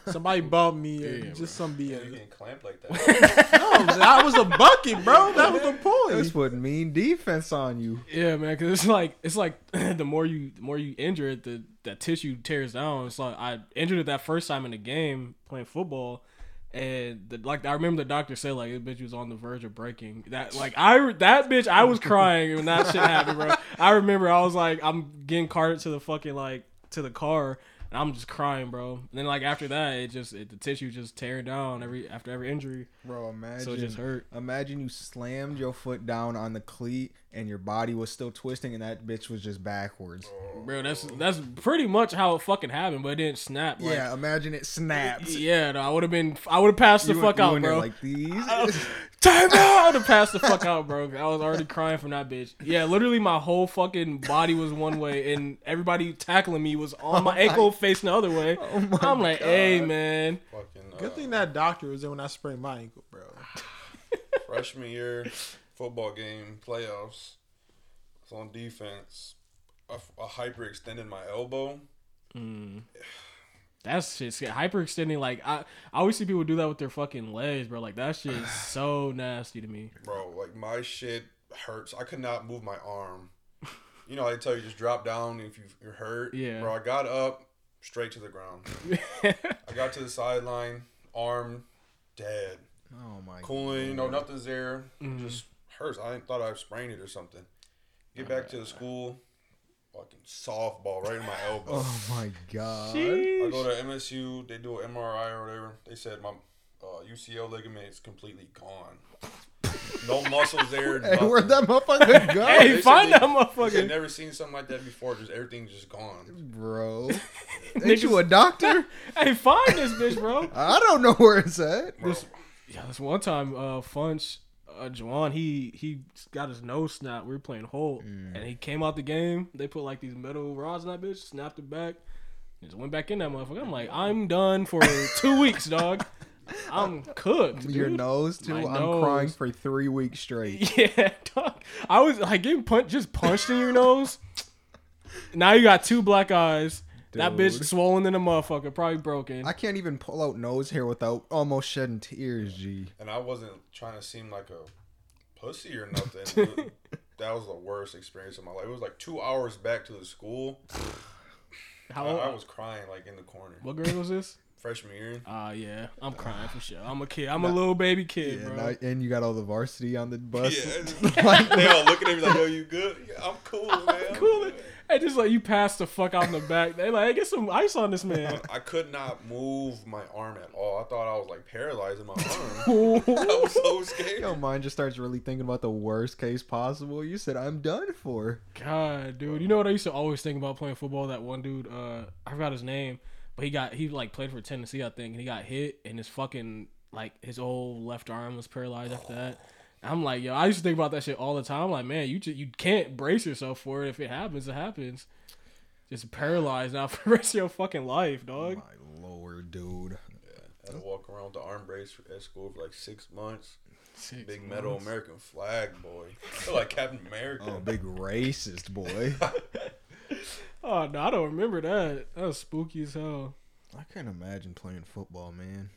S4: somebody bumped me. or
S1: Yeah,
S4: just some
S3: You
S4: BS.
S3: getting clamped like
S4: [LAUGHS]
S3: that.
S4: No, that was a bucket, bro. That was the
S2: This
S4: point.
S2: would mean defense on you.
S1: Yeah, man, because it's like it's like [CLEARS THROAT] the more you the more you injure it, the that tissue tears down. It's like I injured it that first time in the game playing football, and the, like I remember the doctor said like this bitch was on the verge of breaking. That like I that bitch I was crying when that shit happened, bro. I remember I was like I'm getting carted to the fucking like to the car. And I'm just crying, bro. And then like after that, it just it, the tissue just tearing down every after every injury,
S2: Bro, imagine.
S1: so it just hurt.
S2: Imagine you slammed your foot down on the cleat and your body was still twisting and that bitch was just backwards.
S1: Bro, that's that's pretty much how it fucking happened, but it didn't snap. Like,
S2: yeah, imagine it snapped.
S1: Yeah, no, I would have been. I would have passed the
S2: You
S1: fuck
S2: in- you
S1: out,
S2: in there
S1: bro. [LAUGHS]
S2: Like these.
S1: Time out! I would have passed the
S2: [LAUGHS]
S1: fuck out, bro. I was already crying from that bitch. Yeah, literally, my whole fucking body was one way, and everybody tackling me was on my ankle facing the other way.
S2: Oh my
S1: I'm like, hey, man.
S3: Fucking, uh,
S4: Good thing that doctor was there when I sprained my ankle, bro.
S3: freshman year football game playoffs. It's on defense. I, I hyperextended my elbow.
S1: That's shit. sca- Hyperextending, like I, I always see people do that with their fucking legs, bro. Like that shit is so nasty to me. [LAUGHS]
S3: Bro, like my shit hurts. I could not move my arm. You know, how they tell you just drop down if you, you're hurt.
S1: Yeah.
S3: Bro, I got up straight to the ground. I got to the sideline, arm dead.
S2: oh my
S3: Cooling, no, nothing's there. Just hurts. I didn't- thought I sprained it or something. Get back to the school, fucking softball right in my elbow.
S2: Oh my god.
S3: I go to MSU. They do an MRI or whatever. They said my uh, UCL ligament is completely gone. No muscles there.
S2: [LAUGHS] Hey,
S3: nothing.
S2: where'd that motherfucker
S1: [LAUGHS]
S2: go?
S1: hey,
S3: they
S1: find
S3: said
S1: that
S3: they-
S1: motherfucker.
S3: I've never seen something like that before. Just everything's just gone.
S1: [LAUGHS]
S2: Bro. Ain't
S1: Niggas-
S2: you a doctor?
S1: hey, find this bitch, bro.
S2: I don't know where it's at.
S1: This, yeah, this one time, uh, Funch, uh, Juwan, he he got his nose snapped. We were playing Holt,
S2: Mm.
S1: and he came out the game. They put like these metal rods in that bitch, snapped it back, and just went back in that motherfucker. I'm like, I'm done
S2: [LAUGHS]
S1: for two weeks, dog. I'm cooked.
S2: Your
S1: dude.
S2: nose too.
S1: My
S2: I'm crying
S1: nose.
S2: for three weeks
S1: [LAUGHS]
S2: straight.
S1: Yeah, dog. I was like getting punched, just punched in your nose. Now you got two black eyes. That bitch
S2: Dude.
S1: swollen in a motherfucker, probably broken.
S2: I can't even pull out nose hair without almost shedding tears. G.
S3: And I wasn't trying to seem like a pussy or nothing.
S1: [LAUGHS]
S3: that was the worst experience of my life. It was like two hours back to the school.
S1: [SIGHS] How
S3: I, I
S1: old?
S3: was crying like in the corner.
S1: What grade was this?
S3: Freshman year. [LAUGHS]
S1: Ah, yeah, I'm crying for sure. I'm a kid. I'm a little baby kid,
S2: Yeah,
S1: bro.
S2: and, I- and you got all the varsity on the bus. [LAUGHS]
S3: Yeah.
S2: Like,
S3: they all looking at me like, "Yo, you good? Yeah, I'm
S1: [LAUGHS]
S3: cool, man. I'm
S1: cool.
S3: good."
S1: I just like you pass the fuck out in the back. They like, hey, get some ice on this
S3: [LAUGHS]
S1: man.
S3: I could not move my arm at all. I thought I was like paralyzed in my arm.
S1: [LAUGHS]
S3: I
S1: Ooh.
S3: was so scared.
S2: Your mind just starts really thinking about the worst case possible. You said I'm done for.
S1: God, dude. You know what I used to always think about playing football? That one dude, uh, I forgot his name, but he got he like played for Tennessee, I think, and he got hit, and his fucking like his whole left arm was paralyzed after that. I'm like, yo, I used to think about that shit all the time. like, man, you just, you can't brace yourself for it. If it happens, it happens. Just paralyzed now [LAUGHS] for the rest of your fucking life, dog.
S2: My lord, dude.
S3: I had to walk around with the arm brace at school for like six months.
S1: Six
S3: Big metal
S1: months.
S3: American flag, boy. [LAUGHS] I feel like Captain America.
S2: Oh, big racist boy.
S1: Oh no, I don't remember that. That was spooky as hell.
S2: I can't imagine playing football, man.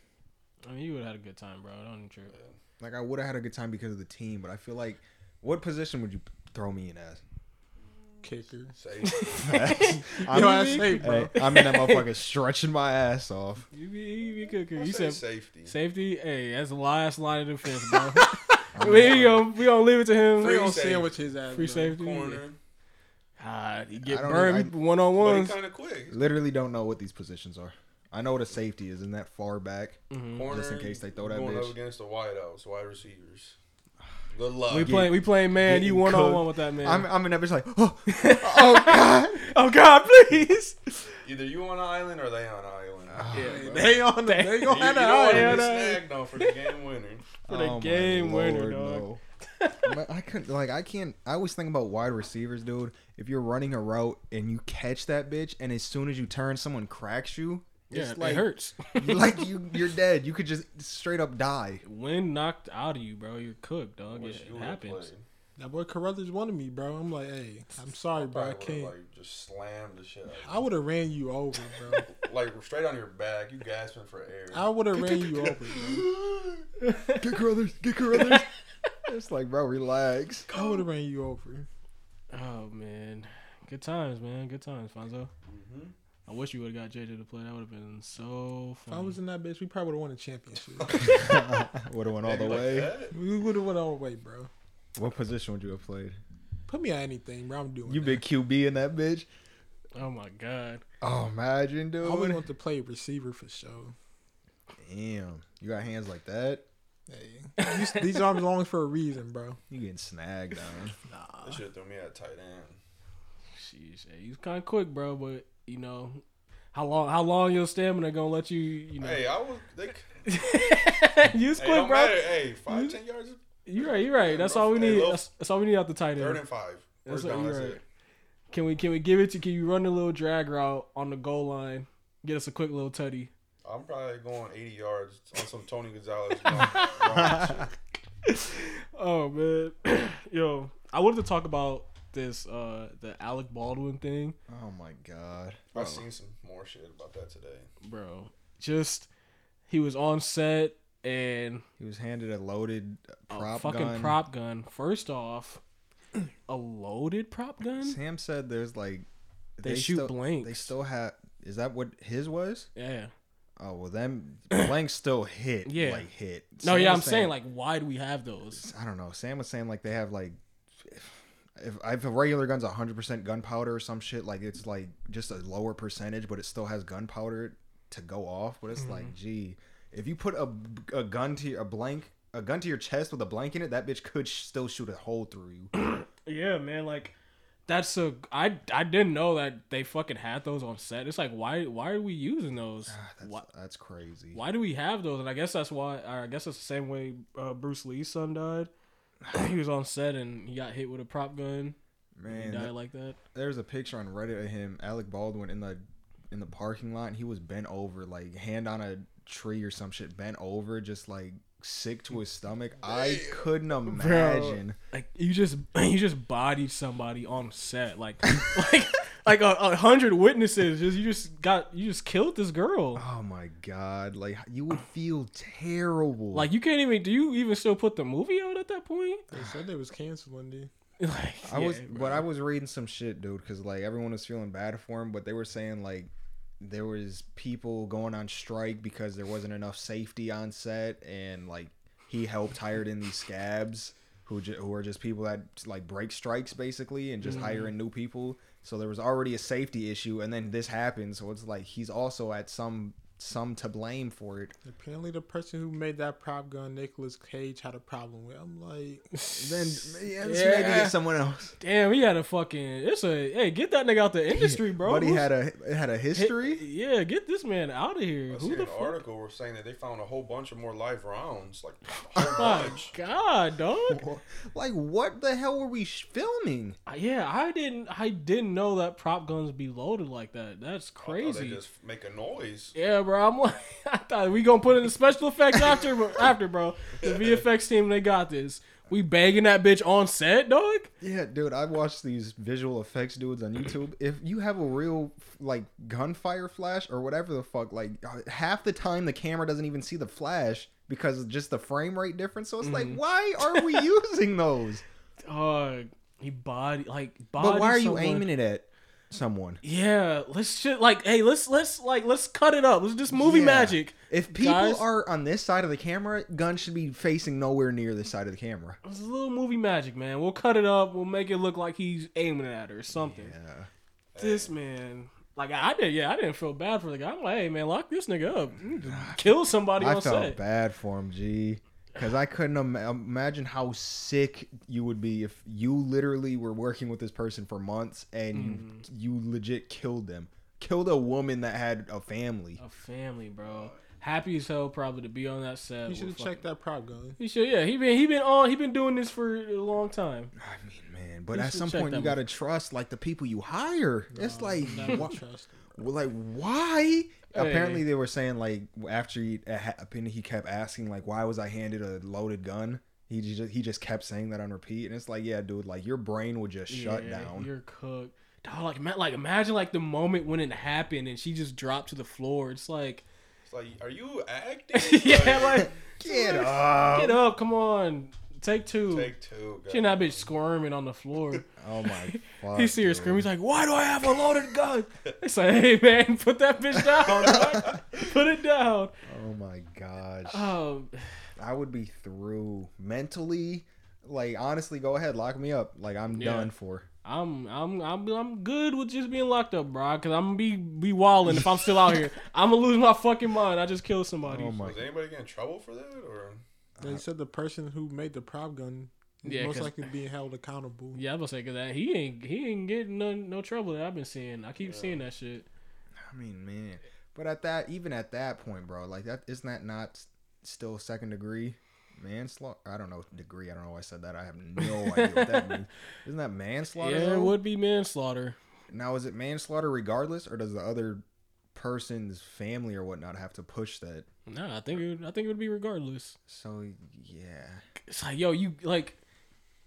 S1: I mean, you would have had a good time, bro. Don't even trip.
S2: Like I would have had a good time because of the team, but I feel like what position would you p- throw me in [LAUGHS] as?
S4: Kicker.
S3: Say,
S2: I'm,
S4: Yo, that's safe, bro.
S2: Hey, I'm in that motherfucker stretching my ass off.
S1: You be, you be cooking.
S3: I
S1: You
S3: say
S1: said
S3: safety.
S1: safety. Hey, that's the last line of defense, bro. [LAUGHS] we going we gonna leave it to him.
S4: Free on
S3: safety.
S4: sandwich his ass.
S1: Free
S4: bro.
S1: safety.
S3: Corner.
S1: God, you get
S2: I don't
S1: burned
S2: even-
S1: one on
S3: But he
S1: ones.
S3: kind of quick.
S2: Literally don't know what these positions are. I know what a safety is, and that far back.
S1: Mm-hmm.
S3: Corner.
S2: Just in case they throw that
S3: going
S2: bitch.
S3: up against the wideouts, wide receivers. Good luck.
S1: We playing we playing man. You
S2: getting
S1: one on
S2: cooked.
S1: one with that man.
S2: I'm, I'm in that bitch [LAUGHS] like, oh, oh god.
S1: oh God, please.
S3: Either you on an island or they on an island.
S1: [LAUGHS]
S4: Yeah, they on the, they
S3: You,
S4: gonna
S3: you don't
S4: have that
S1: know
S4: on
S1: it.
S3: want
S4: it.
S3: to
S1: Yeah,
S3: be
S1: that-
S3: snagged on for the game winner.
S2: [LAUGHS]
S1: For the game winner, dog.
S2: Oh no. But I couldn't like I can't. I always think about wide receivers, dude. If you're running a route and you catch that bitch, and as soon as you turn, someone cracks you.
S1: yeah,
S2: it's like,
S1: it hurts.
S2: like you, you're dead. You could just straight up die.
S1: [LAUGHS] Wind knocked out of you, bro. You're cooked, dog.
S3: Wish
S1: It,
S3: you
S1: it
S3: would've
S1: happens.
S3: played.
S4: That boy Carruthers wanted me, bro. I'm like, hey, I'm sorry, bro. I
S3: Probably would've,
S4: can't.
S3: like just slammed the shit.
S4: I
S3: Out.
S4: would have ran you over, bro.
S3: of you. Like straight on your back, you gasping for air.
S4: I would have ran you over, bro.
S2: Get Carruthers.
S1: [LAUGHS]
S2: Get Carruthers. it's like, bro, relax.
S4: I would have ran you over.
S1: Oh man, good times, man. Good times, Fonzo.
S3: Mhm.
S1: I wish you would have got JJ to play. That would have been so
S4: If I
S1: fun.
S4: was in that bitch, we probably would have won a championship.
S2: Would have went all
S3: Maybe
S2: the
S3: like
S2: way.
S3: that?
S4: we would have went all the way, bro.
S2: What position would you have played?
S4: Put me on anything, bro. I'm doing.
S2: You
S4: that.
S2: big QB in that bitch.
S1: oh my god.
S2: Oh, imagine,
S4: I
S2: dude.
S4: always want to play receiver for sure.
S2: Damn, you got hands like that.
S4: Hey, these, these arms long for a reason, bro.
S2: You getting snagged on.
S4: Nah.
S1: Uh,
S3: They should have threw me at tight end.
S1: Sheesh, hey, he's kind of quick, bro. But you know, how long? How long your stamina gonna let you? You know,
S3: Hey, I was. They,
S1: [LAUGHS]
S3: hey,
S1: you was quick,
S3: don't
S1: bro.
S3: matter. Hey, five, ten yards,
S1: You right, you right. That's
S3: Bro,
S1: all we
S3: hey,
S1: need.
S3: Lo-
S1: That's, that's all we need out the tight
S3: third
S1: end.
S3: and five.
S1: That's
S3: First
S1: what
S3: down,
S1: you
S3: that's
S1: right.
S3: it.
S1: Can we can we give it to? Can you run a little drag route on the goal line? Get us a quick little tutty.
S3: I'm probably going 80 yards on some Tony
S1: [LAUGHS]
S3: Gonzalez. wrong- wrong shit.
S1: Oh man, [CLEARS THROAT] yo, I wanted to talk about this uh the Alec Baldwin thing,
S2: Oh my god.
S3: I've seen some more shit about that today.
S1: bro. Just he was on set and
S2: He was handed a loaded uh,
S1: a
S2: prop
S1: fucking
S2: gun.
S1: prop gun. First off, [CLEARS THROAT] a loaded prop gun.
S2: Sam said there's like
S1: They shoot
S2: still,
S1: blanks.
S2: They still have. Is that what his was?
S1: Yeah.
S2: Oh well, them blanks still hit.
S1: Yeah.
S2: like hit.
S1: No,
S2: Sam
S1: yeah, I'm
S2: was
S1: saying like, why do we have those?
S2: I don't know. Sam was saying like they have like. If, if a regular gun's 100% gunpowder or some shit, like it's like just a lower percentage, but it still has gunpowder to go off. But it's
S1: Mm-hmm.
S2: like, gee, if you put a, a gun to your, a blank a gun to your chest with a blank in it, that bitch could sh- still shoot a hole through
S1: [COUGHS]
S2: you.
S1: Yeah, man, like that's a I I didn't know that they fucking had those on set. It's like why why are we using those?
S2: Ah, that's,
S1: Why,
S2: that's crazy.
S1: why do we have those? And I guess that's why or I guess that's the same way uh, Bruce Lee's son
S2: [SIGHS]
S1: died. he was on set and he got hit with a prop gun. and he
S2: Man,
S1: died
S2: th-
S1: like that.
S2: there's a picture on Reddit of him, Alec Baldwin, in the in the parking lot. And he was bent over, like hand on a tree or some shit, bent over, just like sick to his stomach. I couldn't imagine.
S1: Like you just [CLEARS THROAT] you just bodied somebody on set.
S2: [LAUGHS]
S1: Like like like a, a hundred witnesses. Just you just got you just killed this girl.
S2: Oh my god! Like you would feel terrible.
S1: Like you can't even do you even still put the movie out at that point?
S4: They said they was canceling dude.
S1: [LAUGHS] Like
S2: I was,
S1: yeah,
S2: but
S1: bro.
S2: I was reading some shit, dude, because like everyone was feeling bad for him, but they were saying like there was people going on strike because there wasn't enough safety on set, and like he helped hired in these scabs who ju- who are just people that like break strikes basically and
S1: Mm-hmm.
S2: just hiring new people. So there was already a safety issue, and then this happened. So it's like he's also at some some to blame for it.
S4: Apparently, the person who made that prop gun, Nicolas Cage, had a problem with. I'm like,
S2: Then yeah, this
S1: Yeah.
S2: man can get someone else.
S1: Damn, he had a fucking. It's a hey, get that nigga out the industry, bro.
S2: But he
S1: Who's-
S2: had a it had a
S1: hit-
S2: history.
S1: yeah, get this man out of here.
S3: I
S1: Who
S3: seen
S1: the
S3: an
S1: fuck?
S3: article where saying that they found a whole bunch of more live rounds, like
S1: [LAUGHS]
S3: a
S1: My
S3: whole bunch.
S1: God, dog.
S2: [LAUGHS] Like what the hell were we sh- filming?
S1: Yeah, I didn't. I didn't know that prop guns be loaded like that. That's
S3: I thought Oh, They
S1: crazy.
S3: just make a noise.
S1: Yeah, bro. I'm like, [LAUGHS] I thought we gonna put in the special effects after,
S3: [LAUGHS]
S1: bro- after, bro. The VFX team, they got this. We bagging that bitch on set, dog.
S2: Yeah, dude, I watched these visual effects dudes on YouTube. If you have a real like gunfire flash or whatever the fuck, like uh, half the time the camera doesn't even see the flash because of just the frame rate difference. So it's
S1: Mm-hmm.
S2: like, why are
S1: [LAUGHS]
S2: we using those?
S1: Dog, he body like body.
S2: But why are you
S1: someone.
S2: aiming it at someone?
S1: Yeah, let's shit. Like, hey, let's let's like let's cut it up. Let's just movie
S2: Yeah.
S1: magic.
S2: If people
S1: Guys-
S2: are on this side of the camera, gun should be facing nowhere near this side of the camera.
S1: It's a little movie magic, man. We'll cut it up. We'll make it look like he's aiming at her or something.
S2: Yeah.
S1: This man, like I did, yeah, I didn't feel bad for the guy. I'm like, hey, man, lock this nigga up. You
S2: [SIGHS]
S1: just Kill somebody
S2: I
S1: on
S2: felt
S1: set.
S2: bad for him, G, because I couldn't im- imagine how sick you would be if you literally were working with this person for months and
S1: Mm-hmm.
S2: you you legit killed them, killed a woman that had a family.
S1: A family, bro. happy as hell probably to be on that set.
S4: You
S1: with
S4: should have
S1: fucking-
S4: checked that prop gun.
S1: He should, yeah. He been he been on he been doing this for a long time.
S2: I mean, man, but
S1: You
S2: at
S1: should
S2: some
S1: check
S2: point
S1: that
S2: you gotta trust like the people you hire. it's like,
S4: Never
S2: wha-
S4: trust.
S2: well, like why? Apparently they were saying like after he, it happened, he kept asking like, why was I handed a loaded gun? He just he just kept saying that on repeat, and it's like, yeah, dude, like your brain would just shut
S1: Yeah,
S2: down.
S1: You're cooked. Dog, like, ma- like imagine like the moment when it happened and she just dropped to the floor. It's like,
S3: It's like, are you acting?
S1: [LAUGHS] yeah, like
S2: Get up!
S1: get up, come on, take two.
S3: Take two.
S1: she and that bitch squirming on the [LAUGHS] floor.
S2: Oh my! Fuck,
S1: he see her
S2: dude.
S1: scream. He's like, "Why do I have a loaded [LAUGHS] gun?" They say, "Hey man, put that [LAUGHS] bitch down, dog. [LAUGHS] put it down."
S2: Oh my gosh!
S1: Um,
S2: I would be through mentally. Like honestly, go ahead, lock me up. Like I'm
S1: Yeah.
S2: done for.
S1: I'm I'm I'm I'm good with just being locked up, bro. Cause I'm gonna be be wilding if I'm still out [LAUGHS] here. I'm gonna lose my fucking mind. I just killed somebody.
S2: Oh my!
S3: Was anybody getting in trouble for that? Or
S4: They said the person who made the prop gun is
S1: Yeah,
S4: most
S1: 'cause-
S4: likely being held accountable.
S1: Yeah, I was gonna say cause that he ain't he ain't getting no no trouble that I've been seeing. I keep seeing that shit.
S2: I mean, man. But at that, even at that point, bro, like that isn't that not s- still second degree manslaughter? I don't know degree. I don't know why I said that. I have no idea what
S1: [LAUGHS]
S2: that means. Isn't that manslaughter?
S1: yeah, it
S2: though?
S1: would be manslaughter.
S2: Now is it manslaughter regardless, or does the other person's family or whatnot have to push that?
S1: Nah, I think it would, I think it would be regardless.
S2: So yeah,
S1: It's like yo, you like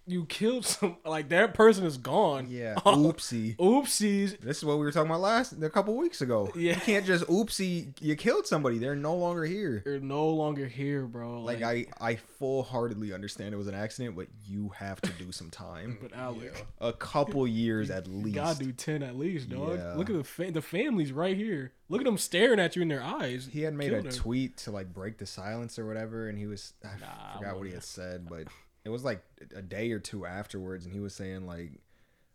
S1: you killed some like that person is gone. [LAUGHS]
S2: yeah. Oopsie.
S1: Oopsies.
S2: This is what we were talking about last a couple weeks ago.
S1: Yeah.
S2: You can't just oopsie you killed somebody. They're no longer here.
S1: You're no longer here, bro.
S2: Like I I full heartedly understand it was an accident, but you have to do some time.
S1: but Alec.
S2: A couple years at least.
S1: Gotta do ten at least, dog.
S2: Yeah.
S1: Look at the fa- the family's right here. Look at them staring at you in their eyes.
S2: He had made
S1: Killed
S2: a
S1: him.
S2: tweet to like break the silence or whatever and he was I f-
S1: Nah, I
S2: forgot what he
S1: wouldn't.
S2: had said, but it was like a day or two afterwards and he was saying like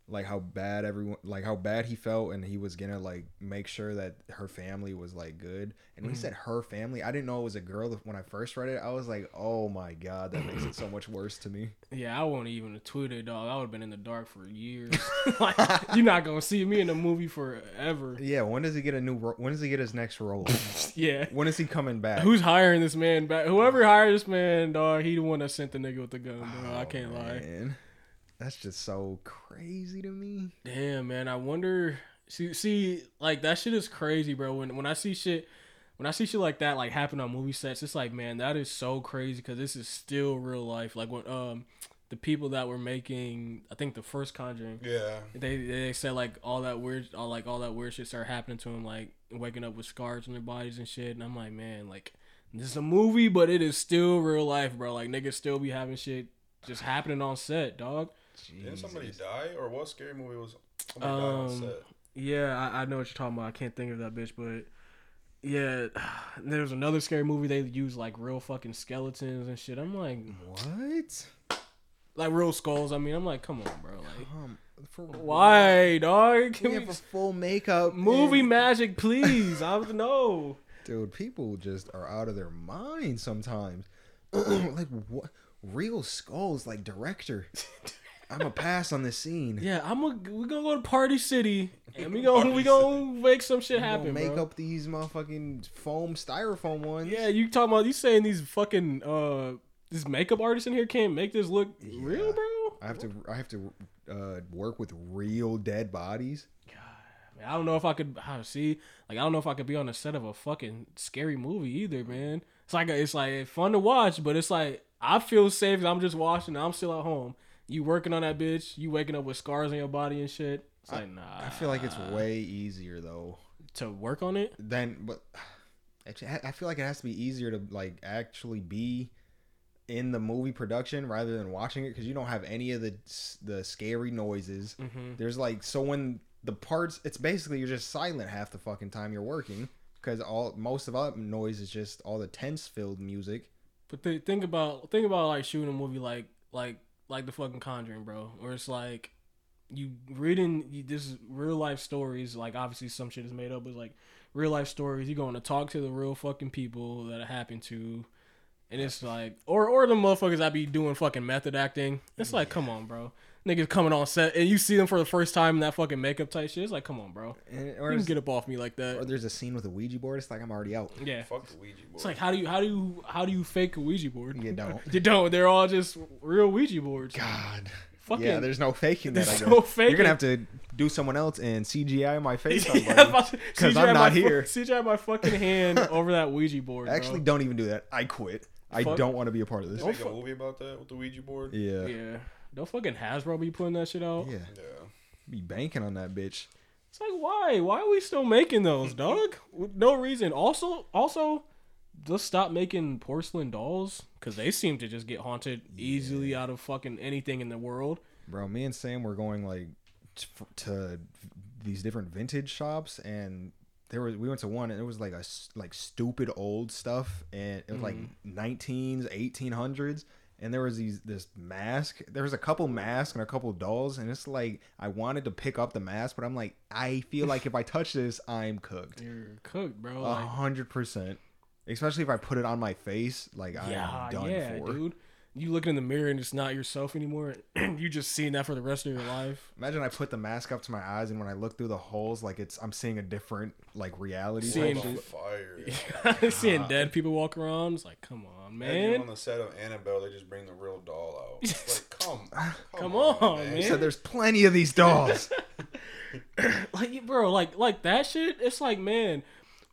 S2: like how bad everyone like how bad he felt and he was gonna like make sure that her family was like good and
S1: Mm-hmm.
S2: when he said her family i didn't know it was a girl when i first read it i was like oh my god that makes it so much worse
S1: [LAUGHS]
S2: to me
S1: Yeah, I won't even tweet it, dog. I would have been in the dark for
S2: [LAUGHS]
S1: years. like, you're not gonna see me in a movie
S2: [LAUGHS]
S1: forever.
S2: yeah when does he get a new ro- when does he get his next role
S1: Yeah.
S2: when is he coming
S1: [LAUGHS]
S2: back
S1: Who's hiring this man back? Whoever hired this man, dog, he the one that sent the nigga with the gun, dog. I can't lie.
S2: Oh, Man. that's just so crazy to me
S1: Damn, man. I wonder. See, see, like that shit is crazy, bro. When when I see shit, when I see shit like that, like happen on movie sets, it's like, man, that is so crazy because this is still real life. Like when um, the people that were making, I think the first Conjuring,
S3: yeah,
S1: they they said like all that weird, all like all that weird shit started happening to them, like waking up with scars on their bodies and shit. And I'm like, man, like this is a movie, but it is still real life, bro. Like niggas still be having shit just happening on set, dog.
S3: didn't somebody
S2: Jesus.
S3: die? Or what scary movie was somebody died on
S1: Um,
S3: set?
S1: Yeah, I, I know what you're talking about. I can't think of that bitch, but yeah, [SIGHS] there was another scary movie. They use like real fucking skeletons and shit. I'm like,
S2: what
S1: like real skulls. I mean, I'm like, come on, bro. Like,
S2: um for
S1: why, dog?
S2: we
S1: Can
S2: have
S1: we
S2: a full makeup
S1: movie
S2: and-
S1: magic,
S2: [LAUGHS]
S1: please? I don't know.
S2: dude people just are out of their mind sometimes [CLEARS THROAT] like what real skulls
S1: [LAUGHS]
S2: like director i'm a pass on this scene
S1: Yeah, I'm. A, we gonna go to Party City and we gonna we gonna make some shit
S2: Don't
S1: happen,
S2: make
S1: bro.
S2: up these motherfucking foam styrofoam ones
S1: Yeah, you talking about you saying these fucking uh this makeup artist in here can't make this look real,
S2: Yeah.
S1: bro?
S2: i have to i have to uh work with real dead bodies
S1: Man, I don't know if I could [SIGHS] I see. Like I don't know if I could be on the set of a fucking scary movie either, man. It's like it's like fun to watch, but it's like I feel safe. 'cause I'm just watching. I'm still at home. You working on that bitch? You waking up with scars on your body and shit. It's like nah.
S2: i feel like it's
S1: Ah.
S2: way easier though
S1: to work on it.
S2: than but actually, I I feel like it has to be easier to like actually be in the movie production rather than watching it because you don't have any of the the scary noises
S1: Mm-hmm.
S2: There's like so when the parts, it's basically you're just silent half the fucking time you're working because all most of our noise is just all the tense filled music.
S1: But th- think about think about like shooting a movie like like like the fucking Conjuring, bro, where it's like you reading you, this real life stories. Like obviously some shit is made up, but like real life stories. You're going to talk to the real fucking people that it happened to, and it's like or or the motherfuckers that be doing fucking method acting. It's like come on, bro. niggas coming on set and you see them for the first time in that fucking makeup type shit. It's like, come on, bro.
S2: And,
S1: You
S2: or,
S1: can
S2: is-
S1: get up off me like
S2: or
S1: that.
S2: there's a scene with a Ouija board. It's like I'm already out.
S1: Yeah.
S3: Fuck the Ouija board.
S1: It's like how do you how do you how do you fake a Ouija board? [LAUGHS]
S2: You don't.
S1: you don't. They're all just real Ouija boards.
S2: God.
S1: Fucking [LAUGHS]
S2: yeah, there's no faking that. I
S1: there's
S2: guess.
S1: no faking.
S2: You're gonna have to do someone else and CGI my face. on,
S1: [LAUGHS] Yeah,
S2: buddy.
S1: I'm about to-
S2: Because
S1: CJ
S2: I'm
S1: had
S2: not
S1: my fu-
S2: here.
S1: CJ had my
S2: [LAUGHS]
S1: fucking hand over that Ouija board. bro.
S2: Actually, don't even do that. I quit. I
S1: Fuck.
S2: don't want to be a part of this.
S3: Did they make a
S1: fuck.
S3: movie about that with the Ouija
S2: [LAUGHS]
S3: board?
S2: Yeah. yeah,
S1: yeah. Don't fucking Hasbro be putting that shit out.
S3: Yeah.
S2: Be banking on that bitch.
S1: It's like why? Why are we still making
S2: [LAUGHS]
S1: those, dog? With no reason. Also, also, just stop making porcelain dolls because they seem to just get haunted easily out of fucking anything in the world.
S2: Bro, me and Sam were going like t- f- to these different vintage shops, and there was we went to one, and it was like a s- like stupid old stuff, and it was
S1: Mm.
S2: like 19s, 1800s, and there was these this mask. There was a couple masks and a couple dolls, and it's like I wanted to pick up the mask, but I'm like, I feel like if I touch this, I'm cooked,
S1: You're cooked, bro.
S2: a
S1: Like,
S2: hundred percent. Especially if I put it on my face, like
S1: yeah,
S2: I'm done
S1: yeah,
S2: for.
S1: dude. You look in the mirror and it's not yourself anymore. [CLEARS THROAT] you just seeing that for the rest of your life.
S2: Imagine I put the mask up to my eyes, and when I look through the holes, like it's I'm seeing a different like reality.
S1: Seeing-
S2: type
S3: Light on
S1: dude. [LAUGHS]
S3: fire.
S1: seeing dead people walk around. It's like, come on,
S3: Imagine on
S1: man.
S3: the set of Annabelle, they just bring the real doll out.
S1: [LAUGHS]
S3: It's like, come, come,
S1: Ah, Come on,
S3: on,
S2: shit.
S1: man.
S2: So there's plenty of these dolls.
S1: [LAUGHS] Like, bro, like, like that shit. It's like, man,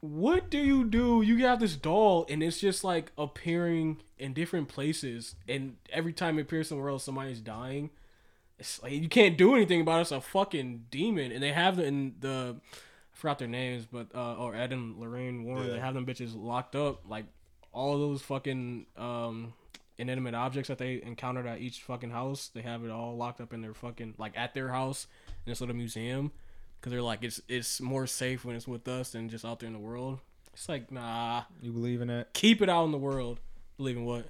S1: what do you do? You have this doll, and it's just like appearing in different places, and every time it appears somewhere else, somebody's dying. It's like you can't do anything about it. It's a fucking demon, and they have the in the. I forgot their names, but uh, or Adam, Lorraine, Warren. They
S3: Yeah.
S1: have them bitches locked up, like all those fucking um inanimate objects that they encountered at each fucking house. They have it all locked up in their fucking like at their house in this little museum because they're like it's it's more safe when it's with us than just out there in the world. It's like nah,
S2: you believe in it?
S1: keep it out in the world. Believe in what?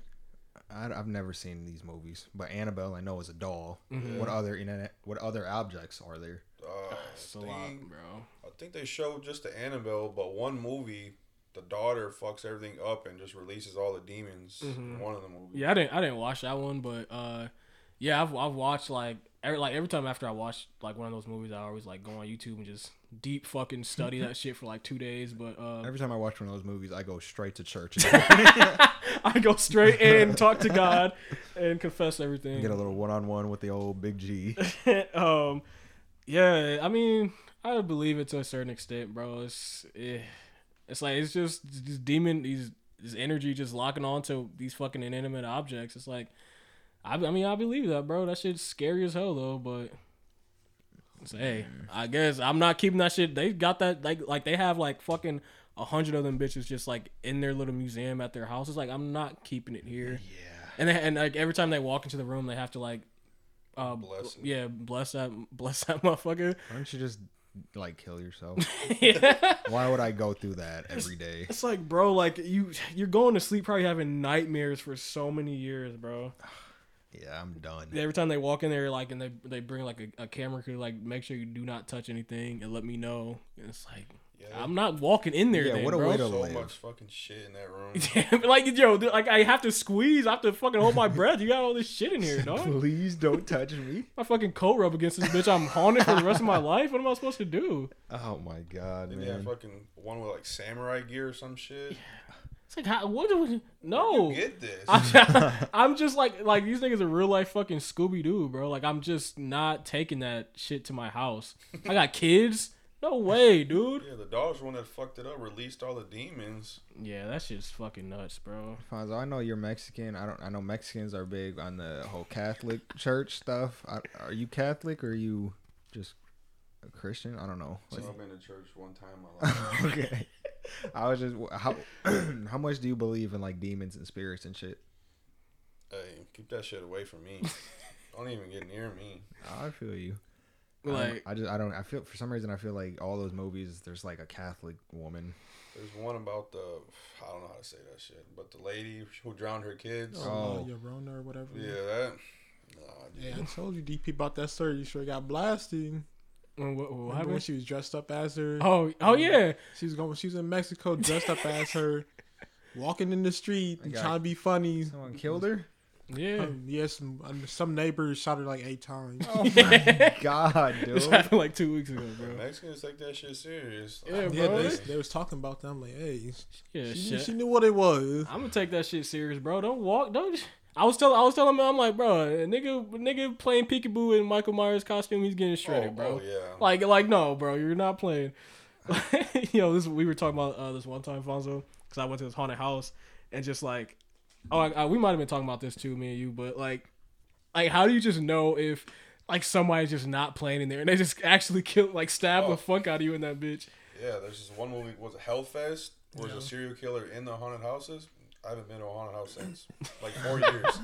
S2: I, have never seen these movies, but Annabelle I know is a doll.
S1: Mm-hmm.
S2: What other internet? What other objects are there?
S3: Uh,
S1: Ah, It's
S3: I
S1: a lot,
S3: think-
S1: bro.
S3: I think they showed just the Annabelle, but one movie, the daughter fucks everything up and just releases all the demons.
S1: Mm-hmm.
S3: in One of the movies.
S1: Yeah, I didn't I didn't watch that one, but uh, yeah, I've I've watched like every like every time after I watch like one of those movies, I always like go on YouTube and just deep fucking study [LAUGHS] that shit for like two days. But uh,
S2: Every time I watch one of those movies, I go straight to church.
S1: [LAUGHS] I go [LAUGHS] straight in, talk to God, and confess everything.
S2: Get a little one-on-one with the old
S1: [LAUGHS]
S2: Big G.
S1: um, yeah, I mean, I believe it to a certain extent, bro. It's eh, it's like it's just this demon, these this energy just locking onto these fucking inanimate objects. It's like, I, I mean, I believe that, bro. That shit's scary as hell, though. But it's, hey, I guess I'm not keeping that shit. They got that like like they have like fucking a hundred of them bitches just like in their little museum at their house. It's like I'm not keeping it here.
S2: Yeah.
S1: And they, and like every time they walk into the room, they have to like, uh,
S3: Bless
S1: bl- yeah, bless that, bless that [LAUGHS] motherfucker.
S2: Why don't you just like kill yourself?
S1: yeah.
S2: Why would I go through that every day?
S1: [LAUGHS] It's like, bro, like you, you're going to sleep probably having nightmares for so many years, bro.
S2: Yeah, I'm done.
S1: Every time they walk in there, like, and they they bring like a, a camera crew, like, make sure you do not touch anything and let me know. And it's like,
S3: Yeah,
S1: I'm not walking in there.
S2: Yeah,
S1: then,
S2: what a
S1: bro.
S2: way to-
S3: so
S2: live.
S3: much fucking shit in that room.
S1: [LAUGHS] Yeah, but like yo, dude, like I have to squeeze, I have to fucking hold my breath. You got all this shit in here,
S2: [LAUGHS]
S1: dog.
S2: Please don't touch me.
S1: My fucking coat rub against this bitch. I'm haunted for the rest of my life. What am I supposed to do?
S2: [LAUGHS] Oh my god,
S3: Then they have
S2: man.
S3: fucking one with like samurai gear or some shit.
S1: [LAUGHS] It's like, how, what do we, no?
S3: You get this.
S1: [LAUGHS] I'm just like, like these niggas are real life fucking Scooby Doo, bro. Like, I'm just not taking that shit to my house. I got kids. No way, dude.
S3: yeah, the doll's the one that fucked it up, released all the demons.
S1: Yeah, that shit's fucking nuts, bro.
S2: Fonzo, I know you're Mexican. I don't. I know Mexicans are big on the whole Catholic church stuff. I, are you Catholic or are you just a Christian? I don't know.
S3: So I've been to church one time in my
S2: [LAUGHS]
S3: life.
S2: okay. I was just how [CLEARS THROAT] how much do you believe in like demons and spirits and shit?
S3: hey, keep that shit away from me. Don't even get near me.
S2: I feel you. I don't-
S1: Like,
S2: I, just I don't I feel for some reason I feel like all those movies there's like a Catholic woman.
S3: There's one about the I don't know how to say that shit, but the lady who drowned her kids.
S2: Oh.
S4: Oh, your Rona or whatever.
S3: Yeah, that. Nah, dude.
S4: Yeah, I told you DP about that story. You sure got blasted.
S1: Um, when- what, what
S4: Remember when
S1: happened?
S4: she was dressed up as her?
S1: Oh, oh yeah.
S4: She was going. She was in
S1: [LAUGHS]
S4: Mexico dressed up as her, walking in the street
S2: I
S4: and
S2: got-
S4: trying to be funny.
S2: Someone killed her.
S1: Yeah.
S4: Um, yes, um, some neighbors shot her like eight times.
S2: Oh my god,
S1: This
S2: dude.
S1: happened like two weeks ago, bro.
S3: Mexicans take that shit serious.
S1: Yeah,
S4: yeah,
S1: bro.
S4: they,
S1: it's-
S4: they was talking about that. I'm like, hey,
S1: Yeah,
S4: she,
S1: shit.
S4: she knew what it was.
S1: I'm gonna take that shit serious, bro. Don't walk. Don't. I was telling. I was telling him. I'm like, bro, a nigga, nigga playing peekaboo in Michael Myers costume. He's getting shredded,
S3: oh,
S1: bro.
S3: oh, yeah.
S1: Like, like, no, bro, you're not playing. [LAUGHS] Yo, this we were talking about uh, this one time, Fonzo, because I went to this haunted house and just like, oh, I, I- we might have been talking about this too, me and you, but like, like, how do you just know if like somebody's just not playing in there and they just actually kill, like, stab
S3: Oh.
S1: the fuck out of you in that bitch?
S3: Yeah, there's this one movie, was it Hellfest? Where there's a serial killer in the haunted houses. I haven't been to a haunted house since like four years.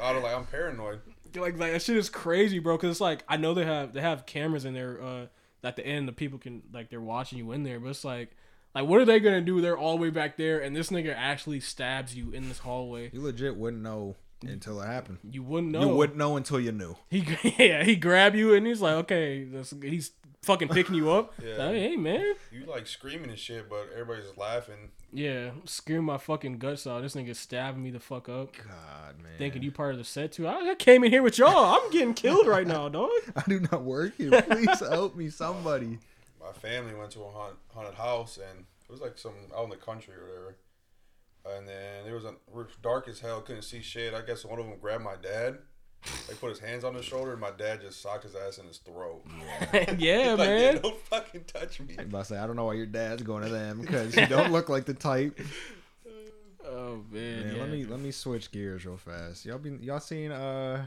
S3: I don't like. I'm paranoid.
S1: Like, like that shit is crazy, bro. Because it's like I know they have they have cameras in there. Uh, at the end, the people can like they're watching you in there, but it's like. Like what are they gonna do? They're all the way back there, and this nigga actually stabs you in this hallway.
S2: You legit wouldn't know until it happened.
S1: You wouldn't know.
S2: You wouldn't know until you knew.
S1: He [LAUGHS] yeah, he grab you and he's like, okay, that's, he's fucking picking you
S2: [LAUGHS]
S1: up.
S3: Yeah.
S1: Like, hey man,
S3: You like screaming and shit, but everybody's just laughing.
S1: yeah, I'm scaring my fucking guts out. This nigga stabbing me the fuck up.
S2: God, man.
S1: Thinking you part of the set too. I I came in here with y'all. I'm getting killed right now,
S2: [LAUGHS]
S1: dog. [LAUGHS]
S2: I do not work here. Please help me, somebody.
S3: my family went to a haunt, haunted house and it was like some out in the country or whatever. And then it was a, it was dark as hell, couldn't see shit. I guess one of them grabbed my dad. They put his hands on his shoulder, and my dad just socked his ass in his throat.
S1: [LAUGHS] yeah,
S3: [LAUGHS] like,
S1: man.
S3: "Yeah, don't fucking touch me.
S2: I'm about to say, I don't know why your dad's going to them [LAUGHS] because you don't look like the type.
S1: Oh man.
S2: Man,
S1: yeah.
S2: let me let me switch gears real fast. Y'all been y'all seen uh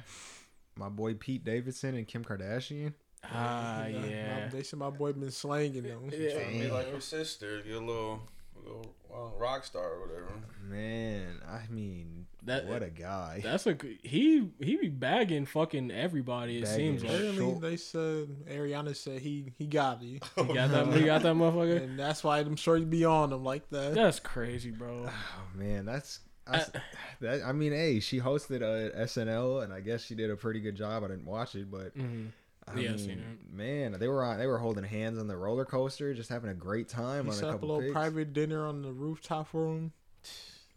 S2: my boy Pete Davidson and Kim Kardashian?
S1: Ah
S4: You know,
S1: yeah.
S4: my- They said my boy been slanging them.
S1: Yeah.
S3: Be like your sister, you little, little well, rock star or whatever.
S2: Man, I mean,
S1: That-
S2: what a guy.
S1: That's a g- he. He be bagging fucking everybody. It
S2: Bagging
S1: seems like
S4: Apparently,
S2: Sure.
S4: they said Ariana said he he
S1: [LAUGHS]
S4: got you,
S2: Oh,
S1: you got that. You got that
S2: [LAUGHS]
S1: motherfucker.
S4: and that's why them shorts be on them like that.
S1: That's crazy,
S2: [LAUGHS]
S1: bro.
S2: oh man, that's I, s- that. I mean, hey, she hosted uh, SNL, and I guess she did a pretty good job. I didn't watch it, but
S1: Mhm.
S2: I
S1: Yeah, I seen
S2: mean, man, they were on. They were holding hands on the roller coaster, just having a great time
S4: He
S2: on
S4: set
S2: a
S4: up a
S2: couple
S4: little
S2: pics.
S4: private dinner on the rooftop room.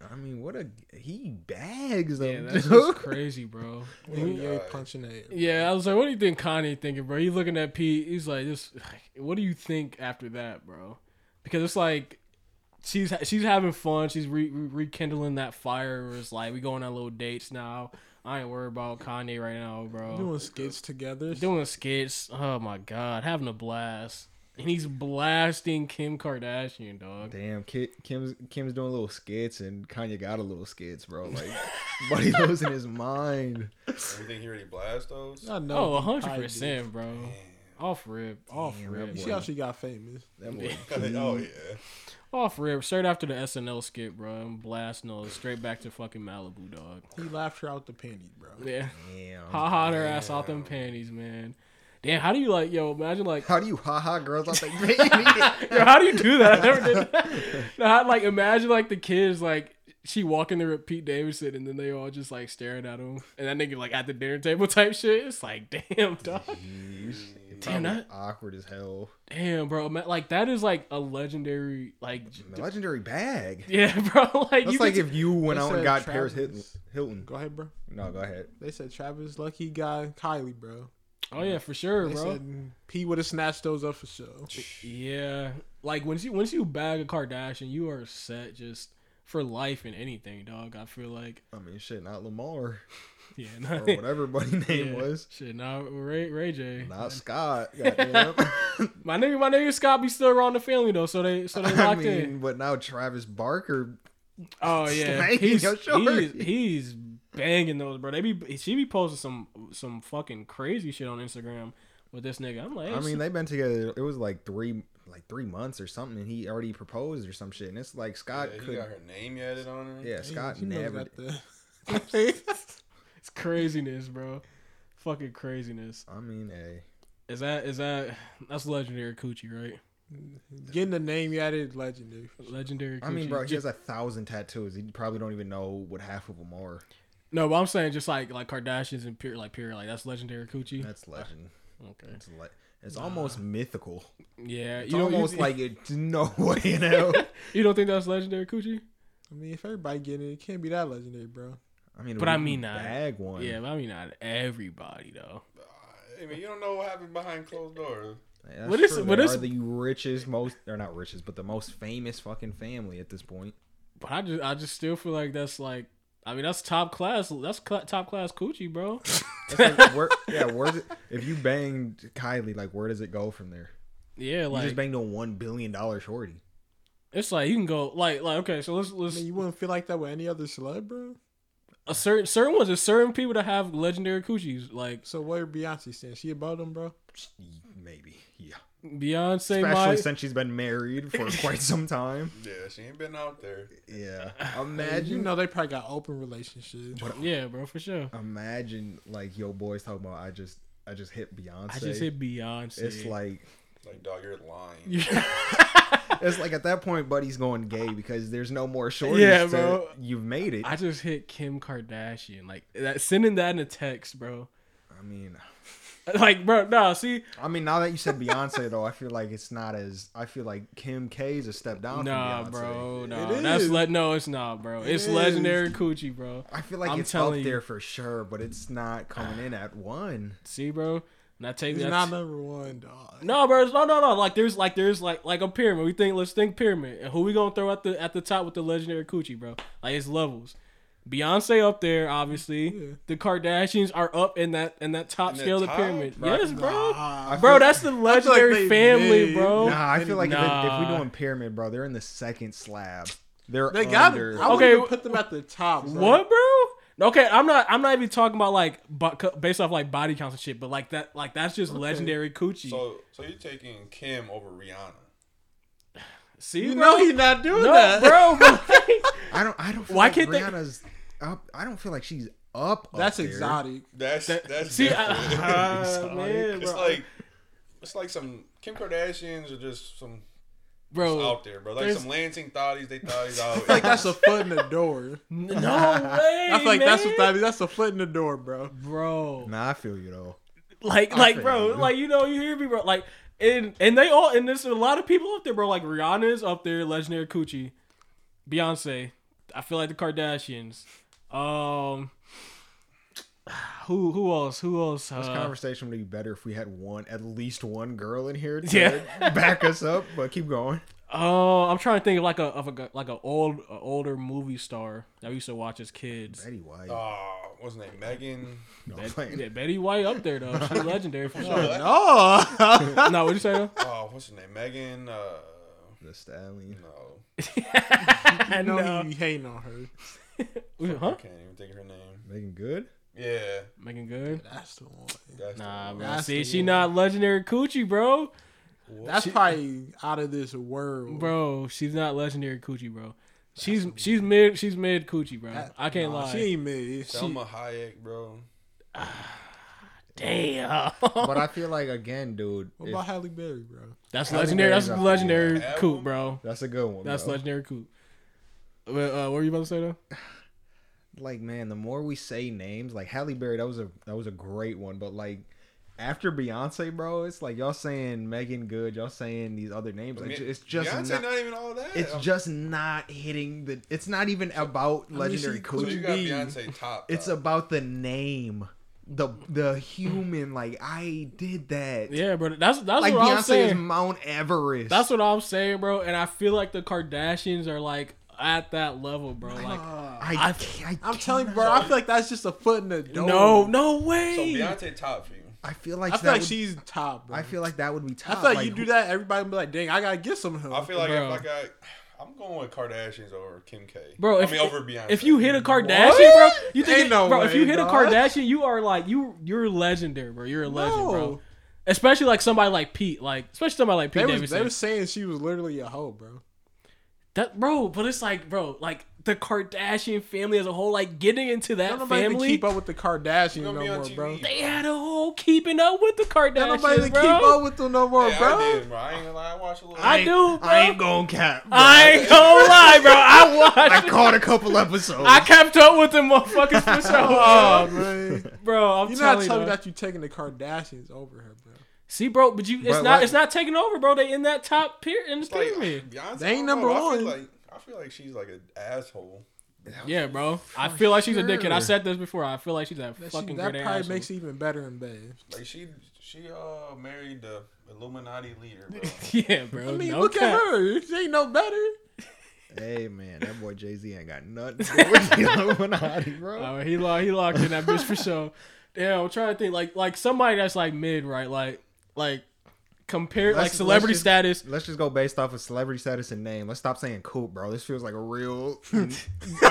S2: I mean, what a he bags
S1: Yeah,
S2: them.
S1: that's
S2: dude.
S1: just crazy, [LAUGHS] bro.
S4: NBA
S3: God.
S4: punching the air.
S1: Yeah, I was like, what do uh, you think Kanye thinking, bro? He's looking at Pete. He's like, this. [SIGHS] What do you think after that, bro? Because it's like she's she's having fun. She's re- re- rekindling that fire. Where it's like we going on little dates now. I ain't worried about Kanye right now, bro.
S4: Doing skits together.
S1: uh, Doing skits. Oh my god, having a blast. And he's blasting Kim Kardashian, dog.
S2: [LAUGHS] Damn, Ki- Kim's Kim's doing little skits, and Kanye got a little
S1: [LAUGHS]
S2: skits, bro. Like, buddy losing his mind.
S3: You think he already blast those?
S4: I know.
S1: Oh,
S4: he probably
S1: 100%, bro. Off rip. Off
S2: Damn, that
S4: did.
S1: rip.
S4: You see how she got famous.
S2: That boy,
S3: [LAUGHS] oh yeah.
S1: Off rip, Oh, straight after the SNL skit, bro. I'm blasting those straight back to fucking Malibu, dog.
S4: He laughed her out the panties, bro.
S1: Yeah, [LAUGHS]
S2: damn.
S1: ha ha their ass out them panties, man. Damn, how do you like, yo? Imagine
S2: [LAUGHS]
S1: like, [LAUGHS]
S2: How do you haha girls out the baby?
S1: yo, how do you do that? I never did that. [LAUGHS] No, I, like, imagine like the kids like she walking there with Pete Davidson, and then they all just like staring at him, and that nigga like at the dinner table type shit. It's like, damn, [LAUGHS] dog, [LAUGHS]
S2: Jeez. It
S1: Damn,
S2: probably
S1: that-
S2: awkward as hell.
S1: damn, bro. Ma- Like that is like a legendary, like, j-
S2: Legendary bag.
S1: yeah, [LAUGHS] bro. Like
S2: That's
S1: you
S2: like
S1: could-
S2: if you went
S4: they
S2: out and
S4: said
S2: got Paris Hilton.
S4: Travis-
S2: Hilton.
S4: Go ahead, bro.
S2: No, go ahead.
S4: They said Travis Lucky guy Kylie, bro.
S1: oh yeah, for sure,
S4: They
S1: bro.
S4: said P would have snatched those up for sure.
S1: Yeah, like once you once you bag a Kardashian, you are set just for life in anything, dog. I feel like [LAUGHS]
S2: I mean, shit, not Lamar
S1: yeah,
S2: or
S1: not, [LAUGHS]
S2: whatever buddy name
S1: yeah.
S2: was.
S1: shit. Now Ray Ray J, [LAUGHS]
S2: Not Scott. Goddamn.
S1: my nigga, my nigga Scott be still around the family though, so they so they
S2: [LAUGHS] I
S1: locked
S2: mean,
S1: in.
S2: but now Travis Barker.
S1: Oh
S2: [LAUGHS]
S1: yeah,
S2: Slang,
S1: he's,
S2: yo, sure.
S1: he's he's banging those, bro. They be she be posting some some fucking crazy shit on Instagram with this nigga. I'm like,
S2: I mean, they've been together. It was like three, like three months or something, and he already proposed or some shit. And it's like Scott
S3: yeah he
S2: could,
S3: got her name added on her.
S2: yeah, Scott
S4: He knows
S2: never.
S4: about the- [LAUGHS]
S1: it's craziness, bro. Fucking craziness.
S2: I mean, hey,
S1: Is that is that that's legendary coochie, right?
S4: Getting the name you added is legendary.
S1: Legendary. Coochie.
S2: I mean, bro, he
S1: Just-
S2: has a thousand tattoos. He probably don't even know what half of them are.
S1: No, but I'm saying just like like Kardashians and pure like pure like that's legendary coochie. [LAUGHS]
S2: That's legend.
S1: Okay.
S2: It's le- it's almost mythical.
S1: Yeah,
S2: It's
S1: you don't,
S2: almost
S1: you,
S2: like it's [LAUGHS] no way in
S1: [LAUGHS]
S2: hell.
S1: you don't think that's legendary coochie?
S4: I mean, if everybody getting it, it can't be that legendary, bro.
S2: I mean,
S1: But
S2: we
S1: I
S2: can
S1: mean that.
S2: bag one.
S1: Yeah, but I mean not everybody though.
S3: I mean, you don't know what happened behind closed doors.
S2: Yeah, that's
S1: What is-
S2: true.
S1: what
S2: They
S1: is-
S2: are the richest most? They're not richest, but the most famous fucking family at this
S1: [LAUGHS]
S2: point.
S1: But I just I just still feel like that's like I mean that's top class that's cl- top class coochie, bro.
S2: It's like, where, yeah, where's it? If you banged Kylie, like where does it go from there?
S1: yeah,
S2: [LAUGHS] You
S1: like
S2: just banged a one billion dollar shorty.
S1: it's like you can go like like okay, so let's
S4: I
S1: let's
S4: mean, you wouldn't feel like that with any other celeb, bro.
S1: a certain certain ones there's certain people that have legendary coochies like
S4: So where Beyonce stand? She above them, bro.
S2: Maybe, yeah.
S1: Beyonce,
S2: Especially
S1: my
S2: since she's been
S1: [LAUGHS]
S2: married for quite some time.
S3: Yeah, she ain't been out there.
S2: Yeah.
S4: And
S2: [LAUGHS]
S4: you
S2: Imagine
S4: know they probably got open relationships.
S1: yeah, bro, for sure.
S2: imagine like yo boys talking about I just I just hit Beyonce.
S1: I just hit Beyonce. [LAUGHS]
S2: it's like
S3: Like, dog, you're lying.
S2: it's like at that point buddy's going gay because there's no more shorties.
S1: Yeah,
S2: Yeah,
S1: bro.
S2: You've made it.
S1: I
S2: I,
S1: just hit Kim Kardashian. Like that, sending that in a text, bro.
S2: mean
S1: Like, bro, nah. See,
S2: I mean now that you said Beyonce though, I feel like it's not as I feel like Kim K is a step down
S1: nah,
S2: from Beyonce.
S1: bro, nah.
S4: It
S1: that's
S4: is.
S1: let no, it's not, bro. it's
S4: is.
S1: legendary coochie, bro.
S2: I feel like
S1: I'm
S2: it's up
S1: telling you.
S2: there for sure, but it's not coming in
S1: [SIGHS]
S2: at one.
S1: See, bro, and I take
S4: He's
S1: that.
S4: not number one, dog.
S1: no, bro, it's, no, no, no. Like, there's like there's like like a pyramid. We think let's think pyramid. And who we gonna throw at the at the top with the legendary coochie, bro? Like it's levels. Beyonce up there, obviously.
S4: Yeah.
S1: The Kardashians are up in that in that top
S3: In the
S1: scale of the
S3: top?
S1: pyramid.
S3: Bro,
S1: yes, bro.
S4: Nah.
S1: Bro, that's the
S4: like
S1: legendary
S4: they
S1: family,
S4: made-
S1: bro.
S2: Nah, I feel like if, it, if
S1: Nah.
S2: we doing pyramid, bro, they're in the second slab. They're
S4: They got
S2: under.
S4: I
S1: Okay,
S4: okay,
S1: wh-
S4: put them at the top. Bro.
S1: What, bro? Okay, I'm not. I'm not even talking about like bo- co- based off like body counts and shit, but like that, like that's just legendary coochie.
S3: So, so you're taking Kim over Rihanna?
S1: See,
S4: You
S1: bro?
S4: know he's not doing
S1: no, [LAUGHS]
S4: that,
S1: bro.
S4: [LAUGHS]
S1: but-
S2: I don't. I don't. Feel
S1: Why
S2: like
S1: can't they-
S2: Rihanna's up? I don't feel like she's up. up
S4: That's
S2: there.
S4: exotic.
S3: That's that's
S1: See, [LAUGHS]
S3: [LAUGHS]
S1: I,
S3: different.
S1: ah, man,
S3: it's
S1: bro,
S3: like it's like some Kim Kardashians are just some
S1: bro,
S3: out there, bro. Like
S1: there's-
S3: some Lansing thotties, they
S4: [LAUGHS]
S3: thotties out.
S4: I feel Oh, like that's a foot in the
S1: [LAUGHS]
S4: door. [LAUGHS]
S1: no way.
S4: I feel like that's what
S1: man.
S4: that is. That's a foot in the door, bro.
S1: bro.
S2: Nah, I feel you though.
S1: Like,
S2: I
S1: like,
S2: feel
S1: bro,
S2: you.
S1: like you know, you hear me, bro. Like, and and they all and there's a lot of people up there, bro. Like Rihanna's up there, legendary coochie, Beyonce. I feel like the Kardashians. Um, who who else? Who else?
S2: This
S1: Uh,
S2: conversation would be better if we had one, at least one girl in here to
S1: Yeah.
S2: back us up. But keep going.
S1: Oh, I'm trying to think of like a of a g- like a old a older movie star that we used to watch as kids.
S2: Betty White.
S3: Oh, what's her name? Megan.
S2: no, I'm
S1: Bet-
S2: playing.
S1: yeah, Betty White up there though. She's legendary
S4: [LAUGHS]
S1: for sure.
S4: No,
S1: no, what you say though?
S3: Oh, what's her name? Megan. Uh,
S2: The stallion.
S3: no,
S4: [LAUGHS] I know
S1: no.
S4: you hating on her.
S1: Huh?
S3: I can't even think of her name.
S2: Making good.
S3: Yeah,
S1: Megan Good.
S4: That's the one.
S3: that's
S1: Nah,
S3: the
S1: bro.
S3: one.
S4: That's
S1: See,
S4: the
S1: she
S4: one.
S1: not legendary coochie, bro.
S4: That's probably out of this world,
S1: Bro, she's not legendary coochie, bro. She's she's mid she's mid coochie, bro.
S4: That-
S1: I can't
S4: Nah,
S1: lie.
S4: She ain't mid.
S3: Selma Hayek, bro.
S1: Damn.
S2: But
S4: [LAUGHS]
S2: I feel like again, dude,
S4: What
S2: if-
S4: about Halle Berry, bro?
S1: that's
S2: Halle
S1: legendary.
S2: Berry's
S1: That's
S2: up there.
S1: legendary
S3: Yeah.
S1: coot, bro.
S2: that's a good one.
S1: That's
S2: bro.
S1: legendary coot. But uh, what were you about to say though?
S2: like man, the more we say names, like Halle Berry, that was a that was a great one. But like after Beyonce, bro, it's like y'all saying Megan Good, y'all saying these other names. Like, it's just
S3: Beyonce
S2: not,
S3: not, even all that.
S2: it's
S3: I'm-
S2: just not hitting the. It's not even about legendary
S4: she-
S3: so
S2: coochie.
S3: you got
S4: B.
S3: Beyonce top.
S2: It's
S3: though.
S2: about the name, the the human. Like I did that.
S1: Yeah, bro. That's that's
S2: like
S1: what
S2: Beyonce
S1: I'm saying.
S2: is Mount Everest.
S1: That's what I'm saying, bro. And I feel like the Kardashians are like at that level, bro. Like,
S2: I,
S1: I-
S2: can't- I
S4: I'm telling you,
S2: cannot-
S4: bro. I feel like that's just a foot in the door.
S1: no, no
S3: so
S1: way.
S3: Beyonce top for you.
S2: I feel like
S4: I
S2: that
S4: feel like
S2: would-
S4: she's top. Bro.
S2: I feel like that would be
S4: I
S2: tough.
S4: feel like, you do that, everybody would be like, "Dang, I gotta get some of him."
S3: I feel like
S1: Bro.
S3: if I got, I'm going with Kardashians over Kim K.
S1: Bro,
S3: I
S1: if,
S3: mean over Beyonce.
S1: if you hit a Kardashian, bro,
S4: What?
S1: you think
S4: Ain't no
S1: bro, if you
S4: way,
S1: hit a
S4: dog.
S1: Kardashian, you are like you you're legendary, bro. You're a legend, bro.
S4: No.
S1: Especially like somebody like Pete, like especially somebody like Pete
S4: they was,
S1: Davidson.
S4: they was saying she was literally a hoe, bro.
S1: That bro, but it's like bro, like the Kardashian family as a whole, like getting into that
S4: Don't nobody even
S1: family.
S4: keep up with the Kardashians no
S3: gonna be on
S4: more, bro.
S3: TV.
S4: Don't
S1: They had a whole keeping up with the Kardashians,
S4: nobody even
S1: bro.
S4: keep up with them no more,
S3: yeah,
S4: bro.
S3: I
S4: [LAUGHS]
S3: did, bro. I ain't gonna lie. I watched a little.
S1: I do, bro.
S2: I ain't gonna cap. bro.
S1: I ain't gonna lie, bro. [LAUGHS] I watched.
S2: I caught a couple episodes.
S4: [LAUGHS]
S1: I kept up with them motherfuckers for sure. Oh,
S4: Oh man,
S1: bro, I'm
S4: you not
S1: telling you.
S4: telling me
S1: dog.
S4: that you taking the Kardashians over her, bro.
S1: See, bro, but you, it's
S2: Bro,
S1: not,
S2: like-
S1: it's not taking over, bro. They in that top pier in the
S3: Like,
S1: pyramid.
S3: Beyonce,
S4: They ain't
S3: I don't
S4: number
S3: know. I
S4: one.
S3: Feel like, I feel like she's like an asshole.
S1: Yeah, bro. I feel like she's a dickhead. I
S2: sure.
S1: said this before. I feel like she's a
S4: That, she-
S1: fucking
S4: that
S1: great
S4: probably
S1: asshole.
S4: makes it even better in bed.
S3: Like she she uh married the Illuminati leader,
S2: [LAUGHS]
S3: bro.
S1: [LAUGHS] yeah, bro.
S4: I mean,
S1: no
S4: look
S1: cap.
S4: at her. She ain't no better.
S2: [LAUGHS] Hey man, that boy Jay Z ain't got nothing to do with the Illuminati, bro.
S1: Oh, he locked he locked in that bitch for sure. Damn, I'm trying to think like like somebody that's like mid right, like like compare
S2: Let's-
S1: like celebrity
S2: let's just-
S4: [LAUGHS]
S1: status.
S2: Let's just go based off of celebrity status and name. Let's stop saying cool, bro. This feels like a real.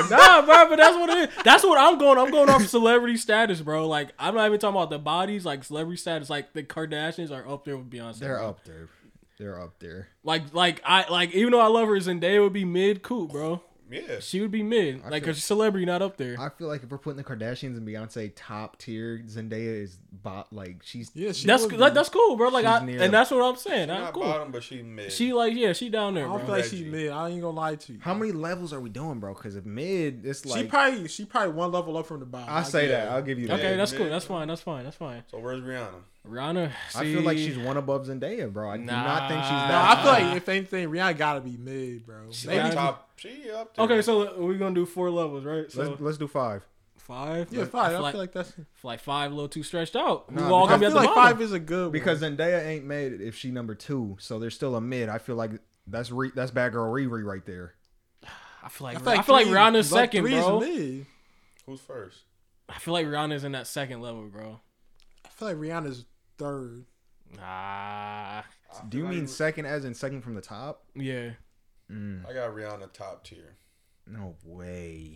S1: nah, bro, but that's what it is. That's what I'm going. I'm going off celebrity status, bro. Like I'm not even talking about the bodies, like celebrity status. Like the Kardashians are up there with Beyonce.
S2: They're
S1: bro.
S2: up there. They're up there.
S1: Like like I like even though I love her, Zendaya would be mid cool, bro.
S3: Yeah.
S1: She would be mid. Like
S2: feel-
S1: a celebrity not up there.
S2: I feel like if we're putting the Kardashians and Beyonce top tier, Zendaya is bot like she's
S4: Yeah, she
S1: that's
S4: would be.
S1: that, that's cool, bro. Like
S2: She's
S1: I,
S2: near
S1: and
S2: them.
S1: that's what I'm saying.
S3: Not
S1: I'm cool.
S3: bottom, but she mid.
S1: She like yeah, she down
S4: I
S1: there,
S4: don't
S1: bro.
S4: feel like she
S3: Reggie.
S4: mid. I ain't gonna lie to you.
S2: How many levels are we doing, bro? Because if mid, it's
S4: She
S2: like
S4: probably she probably one level up from the bottom.
S2: I say
S4: get
S2: that
S4: it.
S2: I'll give you that.
S1: Okay, that's
S3: mid,
S1: cool. That's fine. That's fine. That's fine.
S3: so where's Rihanna?
S1: Rihanna,
S2: I feel like
S1: see,
S2: she's one above Zendaya, bro. I do
S1: Nah.
S2: not think she's
S1: No,
S2: that.
S4: No, I feel
S2: high.
S4: like if anything, Rihanna gotta be mid, bro.
S3: She
S4: Maybe-
S1: gotta
S3: like
S1: be-
S3: top. She up there.
S1: okay. So we're gonna do four levels, right? So
S2: let's, let's do five.
S1: five.
S4: yeah,
S1: Like,
S4: five. I
S1: feel
S4: feel
S1: like,
S4: like, that's.
S1: feel like five a little too stretched out.
S2: Nah,
S1: we all
S4: I
S1: gonna be
S4: feel
S1: at the
S4: like
S1: bottom.
S4: five is a good one.
S2: Because Zendaya ain't made it if she number two, so there's still a mid. I feel like that's re- that's bad girl Riri right there.
S1: I feel like I feel like,
S4: three-
S1: Rihanna's
S4: like
S1: second,
S4: three is
S1: bro.
S4: mid.
S3: Who's first?
S1: I feel like Rihanna's in that second level, bro.
S4: I feel like Rihanna's third.
S1: Nah.
S3: I
S2: Do you
S3: feel like
S2: mean second as in second from the top?
S1: Yeah.
S2: Mm,
S3: I got Rihanna top tier.
S2: no way.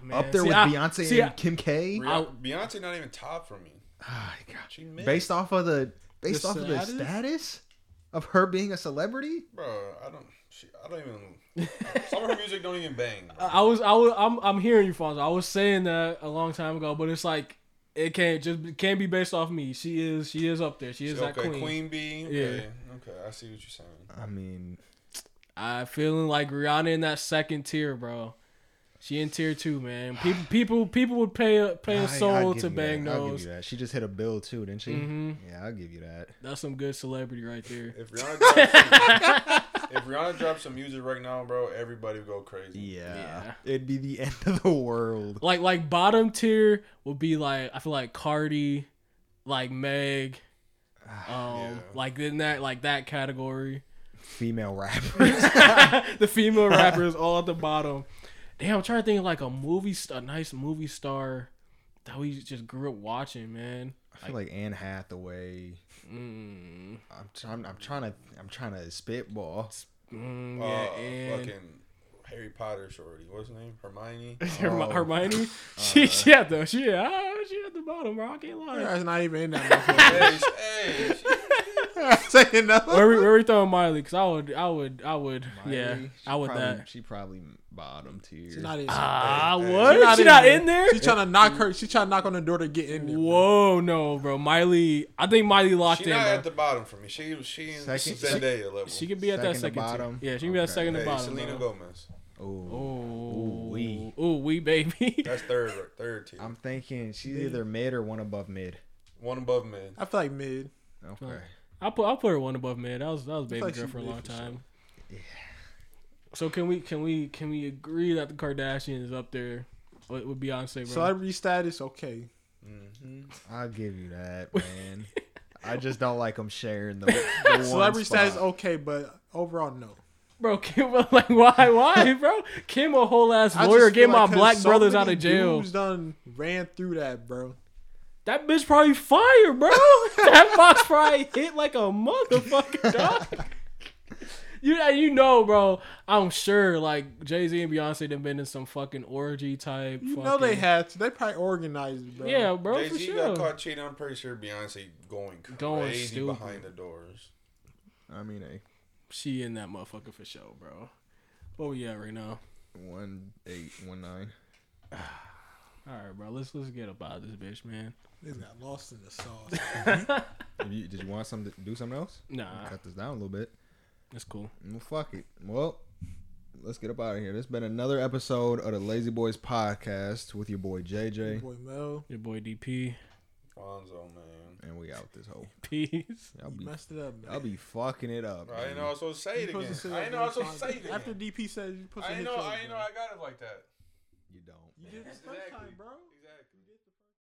S1: Man,
S2: Up there
S1: see,
S2: with
S1: I-
S2: Beyonce
S1: see,
S2: and
S1: I-
S2: Kim K.
S3: Rih-
S1: I'll-
S3: Beyonce not even top for me.
S2: Ah, God.
S3: She mid.
S2: Based off of the based
S4: The
S2: off of the
S4: status?
S2: status of her being a celebrity.
S3: bro. I don't. She, I don't even. some of her music don't even bang.
S1: [LAUGHS]
S3: bro.
S1: I was I was I'm I'm hearing you, Fonzo. I was saying that a long time ago, but it's like it can't just it can't be based off me. She is she is up there. She is that
S3: okay,
S1: queen.
S3: Bee. Okay. Okay, I see what you're saying.
S2: I mean,
S1: I feeling like Rihanna in that second tier, bro. She in tier two, man. People people people would pay a pay
S2: I-
S1: a
S2: I'll
S1: soul
S2: give
S1: to
S2: you
S1: bang
S2: that. I'll give
S1: those.
S2: you that. She just hit a bill too, didn't she?
S1: Mhm.
S2: Yeah, I'll give you that.
S1: That's some good celebrity right there.
S3: If
S1: [LAUGHS]
S3: Rihanna drops some, if Rihanna drops some music right now, bro, everybody would go crazy.
S2: Yeah.
S1: Yeah.
S2: [LAUGHS] It'd be the end of the world.
S1: Like like bottom tier would be like I feel like Cardi, like Meg, um,
S3: Yeah.
S1: like in that like that category.
S2: Female [LAUGHS] rappers.
S1: [LAUGHS] the female rappers all at the bottom. Damn, I'm trying to think of like a movie, st- a nice movie star that we just grew up watching, man.
S2: I feel like Anne Hathaway.
S1: Mm,
S2: I'm trying. I'm trying to. I'm trying to spitball. [LAUGHS]
S1: mm,
S3: Uh,
S1: yeah, and
S3: fucking Harry Potter shorty. What's her name?
S1: [LAUGHS]
S3: Hermione.
S1: Herm-
S2: Oh.
S1: Hermione, [LAUGHS] she she at the she at, ah, she at the bottom, bro. I can't lie.
S4: Rihanna's not even in
S3: hey,
S4: that.
S3: sh- hey, she-
S1: [LAUGHS]
S4: Saying no.
S1: Where we, where we throwing Miley? Cause I would I would I would yeah
S2: Miley, she
S1: I would
S2: probably,
S1: that.
S2: She probably bottom tier.
S4: She's not in.
S1: Ah,
S3: Hey, hey,
S1: what?
S3: she
S1: She not, in there?
S4: She's trying to knock her. She's trying to knock on the door to get in there. bro.
S1: Whoa, no, bro. Miley, I think Miley locked
S3: she
S1: in.
S3: not
S1: bro.
S3: at the bottom for me. She she in
S2: Second-
S3: Zendaya level.
S1: she could be at that
S2: Second
S1: second
S2: to
S1: bottom.
S2: bottom.
S1: Yeah, she could be at
S2: Okay.
S1: second to
S3: hey,
S1: bottom.
S3: Selena
S1: bro.
S3: Gomez.
S2: oh,
S1: Oh,
S2: Ooh-wee.
S1: Ooh, wee, baby.
S3: That's third third tier.
S2: I'm thinking she's either mid or one above mid.
S3: One above mid.
S4: I feel like mid.
S2: Okay.
S1: [LAUGHS] I put I put her one above man. That was that was baby
S4: like
S1: girl
S4: she
S1: for a
S4: did
S1: long
S4: for sure.
S1: time. So can we can we can we agree that the Kardashians is up there with, with Beyonce, bro?
S4: Celebrity status, okay.
S3: Mm-hmm.
S2: I'll give you [LAUGHS] that, man. [LAUGHS] I just don't like them sharing [LAUGHS] the, the one
S4: Celebrity
S2: spot.
S4: status, okay, but overall, no.
S1: bro, [LAUGHS] Kim, like why why, bro? Kim a whole ass
S4: I
S1: lawyer,
S4: just feel
S1: get my
S4: like 'cause
S1: black
S4: so
S1: brothers out
S4: many
S1: of jail.
S4: Dudes done ran through that, bro.
S1: That bitch probably fire,
S4: [LAUGHS]
S1: bro. that box probably hit like a motherfucker,
S4: [LAUGHS]
S1: dog. You you know, bro. I'm sure like Jay Z and Beyonce done been in some fucking orgy type.
S4: You
S1: fucking,
S4: know they had to. They probably organized, it, bro.
S1: Yeah, bro,
S3: Jay
S1: for
S3: Z
S1: sure.
S3: got caught cheating. I'm pretty sure Beyonce going crazy
S1: Going stupid.
S3: behind the doors.
S2: I mean, a
S1: She in that motherfucker for sure, bro. What we at right now?
S2: one eight, one nine.
S1: All right, bro. Let's let's get about this bitch, man.
S4: They got lost in the sauce.
S2: If you- Did you want some to do something else?
S1: Nah,
S2: Cut this down a little bit.
S1: that's cool.
S2: Well, fuck it. Well, let's get up out of here. This has been another episode of the Lazy Boys Podcast with your boy JJ,
S4: Boy Mel,
S1: Your boy DP.
S3: Fonzo, man.
S2: and we out this hole.
S1: [LAUGHS] Peace.
S2: Y'all
S4: you
S2: be,
S4: messed it up, man.
S2: y'all be fucking it up.
S3: Bro, I
S2: man.
S3: didn't know I was supposed to say it
S4: You supposed
S3: again.
S4: to say
S3: I
S4: that
S3: didn't know I was
S4: every
S3: supposed to say
S4: time.
S3: it again.
S4: After DP says you supposed
S3: I didn't
S4: to hit
S3: know.
S4: yours,
S3: I didn't know.
S4: bro.
S3: I got it like that.
S2: You done?
S4: did it the first
S3: Exactly.
S4: time, bro.